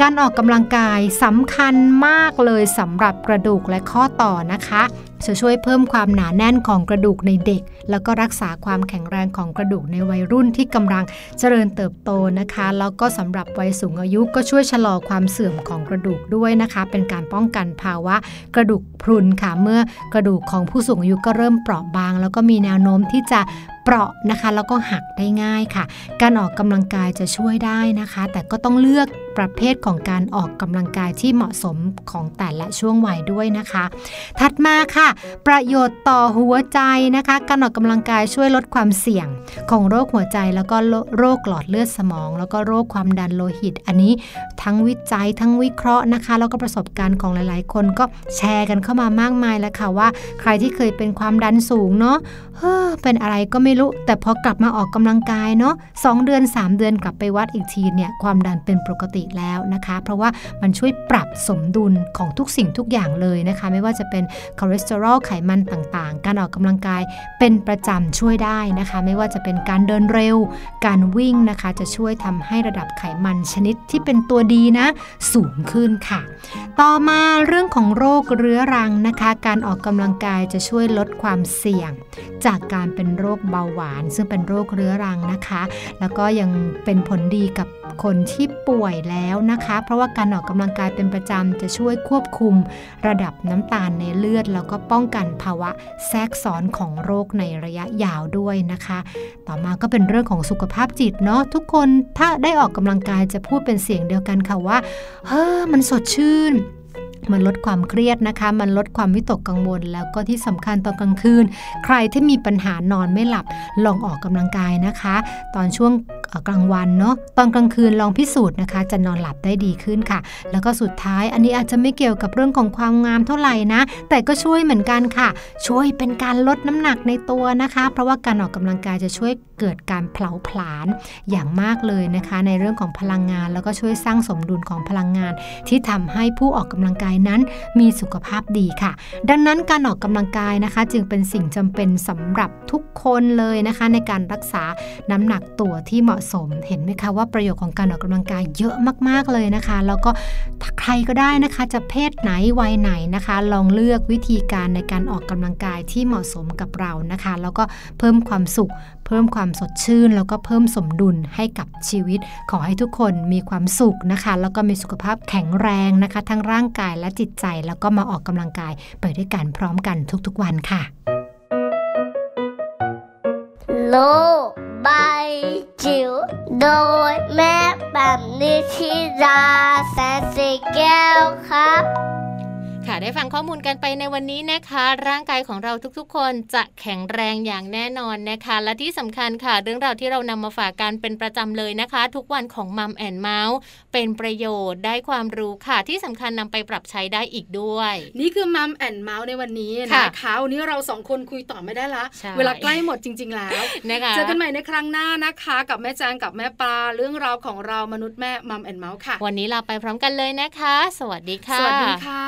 Speaker 8: การออกกำลังกายสำคัญมากเลยสำหรับกระดูกและข้อต่อนะคะ จะช่วยเพิ่มความหนาแน่นของกระดูกในเด็ก แล้วก็รักษาความแข็งแรงของกระดูกในวัยรุ่นที่กำลังเจริญเติบโตนะคะ แล้วก็สำหรับวัยสูงอายุก็ช่วยชะลอความเสื่อมของกระดูกด้วยนะคะ เป็นการป้องกันภาวะกระดูกพรุนค่ะ เมื่อกระดูกของผู้สูงอายุก็เริ่มเปราะบาง แล้วก็มีแนวโน้มที่จะเปราะนะคะ แล้วก็หักได้ง่ายค่ะ การออกกำลังกายจะช่วยได้นะคะ แต่ก็ต้องเลือกประเภทของการออกกำลังกายที่เหมาะสมของแต่ละช่วงวัยด้วยนะคะ ถัดมาค่ะ ประโยชน์ต่อหัวใจนะคะ การออกกำลังกายช่วยลดความเสี่ยงของโรคหัวใจ แล้วก็โรคหลอดเลือดสมอง แล้วก็โรคความดันโลหิต อันนี้ทั้งวิจัยทั้งวิเคราะห์นะคะ แล้วก็ประสบการณ์ของหลาย ๆ คนก็แชร์กันเข้ามามากมายแล้วค่ะว่า ใครที่เคยเป็นความดันสูงเนาะ เฮ้อเป็นอะไรก็ไม่รู้ แต่พอกลับมาออกกำลังกายเนาะสองเดือน 3 เดือนกลับไปวัดอีกทีเนี่ยความดันเป็นปกติแล้วนะคะ เพราะว่ามันช่วยปรับสมดุลของทุกสิ่งทุกอย่างเลยนะคะ ไม่ว่าจะเป็นคอเลสเตอรอลไขมันต่างๆ การออกกำลังกายเป็นประจำช่วยได้นะคะ ไม่ว่าจะเป็นการเดินเร็ว การวิ่งนะคะ จะช่วยทำให้ระดับไขมันชนิดที่เป็นตัวดีนะ สูงขึ้นค่ะ ต่อมาเรื่องของโรคเรื้อรังนะคะ การออกกำลังกายจะช่วยลดความเสี่ยง จากการเป็นโรคเบาหวาน ซึ่งเป็นโรคเรื้อรังนะคะ แล้วก็ยังเป็นผลดีกับคนที่ป่วยแล้วนะคะ เพราะว่าการออกกำลังกายเป็นประจำจะช่วยควบคุมระดับน้ำตาลในเลือด แล้วก็ป้องกันภาวะแทรกซ้อนของโรคในระยะยาวด้วยนะคะ ต่อมาก็เป็นเรื่องของสุขภาพจิตเนาะทุกคนถ้าได้ออกกำลังกายจะพูดเป็นเสียงเดียวกันค่ะว่า เฮ้อมันสดชื่น มันลดความเครียดนะคะ มันลดความวิตกกังวล แล้วก็ที่สำคัญตอนกลางคืน ใครที่มีปัญหานอนไม่หลับ ลองออกกำลังกายนะคะ ตอนช่วงเอ่อกลางวันเนาะ ตอนกลางคืนลองพิสูจน์นะคะ จะนอนหลับได้ดีขึ้นค่ะ แล้วก็สุดท้ายอันนี้อาจจะไม่เกี่ยวกับเรื่องของความงามเท่าไหร่นะ แต่ก็ช่วยเหมือนกันค่ะ ช่วยเป็นการลดน้ำหนักในตัวนะคะ เพราะว่าการออกกำลังกายจะช่วยเกิดการเผาผลาญอย่างมากเลยนะคะ ในเรื่องของพลังงาน แล้วก็ช่วยสร้างสมดุลของพลังงาน ที่ทำให้ผู้ออกกำลังกาย ายนั้นมีสุขภาพดีค่ะ ดังนั้นการออกกำลังกายนะคะ จึงเป็นสิ่งจำเป็นสำหรับทุกคนเลยนะคะ ในการรักษาน้ำหนักตัวที่เหมาะสม เห็นไหมคะว่าประโยชน์ของการออกกำลังกายเยอะมาก ๆเลยนะคะ แล้วก็ใครก็ได้นะคะจะเพศไหนวัยไหนนะคะ ลองเลือกวิธีการในการออกกำลังกายที่เหมาะสมกับเรานะคะ แล้วก็เพิ่มความสุข เพิ่มความสดชื่น แล้วก็เพิ่มสมดุลให้กับชีวิต ขอให้ทุกคนมีความสุขนะคะ แล้วก็มีสุขภาพแข็งแรงนะคะ ทั้งร่างกายและจิตใจ แล้วก็มาออกกำลังกายไปด้วยกันพร้อมกันทุกๆวันค่ะ
Speaker 7: โลกใบจิ๋วโดยแม่แบบนิชิราแสนสีแก้วครับ
Speaker 2: ค่ะได้ฟังข้อมูลกันไปในวันนี้นะคะ ร่างกายของเราทุกๆ คนจะแข็งแรงอย่างแน่นอนนะคะ และที่สำคัญค่ะ เรื่องราวที่เรานำมาฝากกันเป็นประจำเลยนะคะ ทุกวันของมัมแอนเมาส์เป็นประโยชน์ได้ความรู้ค่ะ ที่สำคัญนำไปปรับใช้ได้อีกด้วย
Speaker 3: นี่คือมัมแอนเมาส์ในวันนี้
Speaker 2: ค่ะ
Speaker 3: นะคะวันนี้เราสองคนคุยต่อไม่ได้ละ
Speaker 2: ใช่
Speaker 3: เวลาใกล้หมดจริง ๆ แล้ว
Speaker 2: นะคะ
Speaker 3: เจอกันใหม่ในครั้งหน้านะคะ กับแม่แจงกับแม่ปลาเรื่องราวของเรามนุษย์แม่มัมแอนเมาส์ค่ะ
Speaker 2: วันนี้ลาไปพร้อมกันเลยนะคะ สวัสดีค่ะ
Speaker 3: สวัสดีค่ะ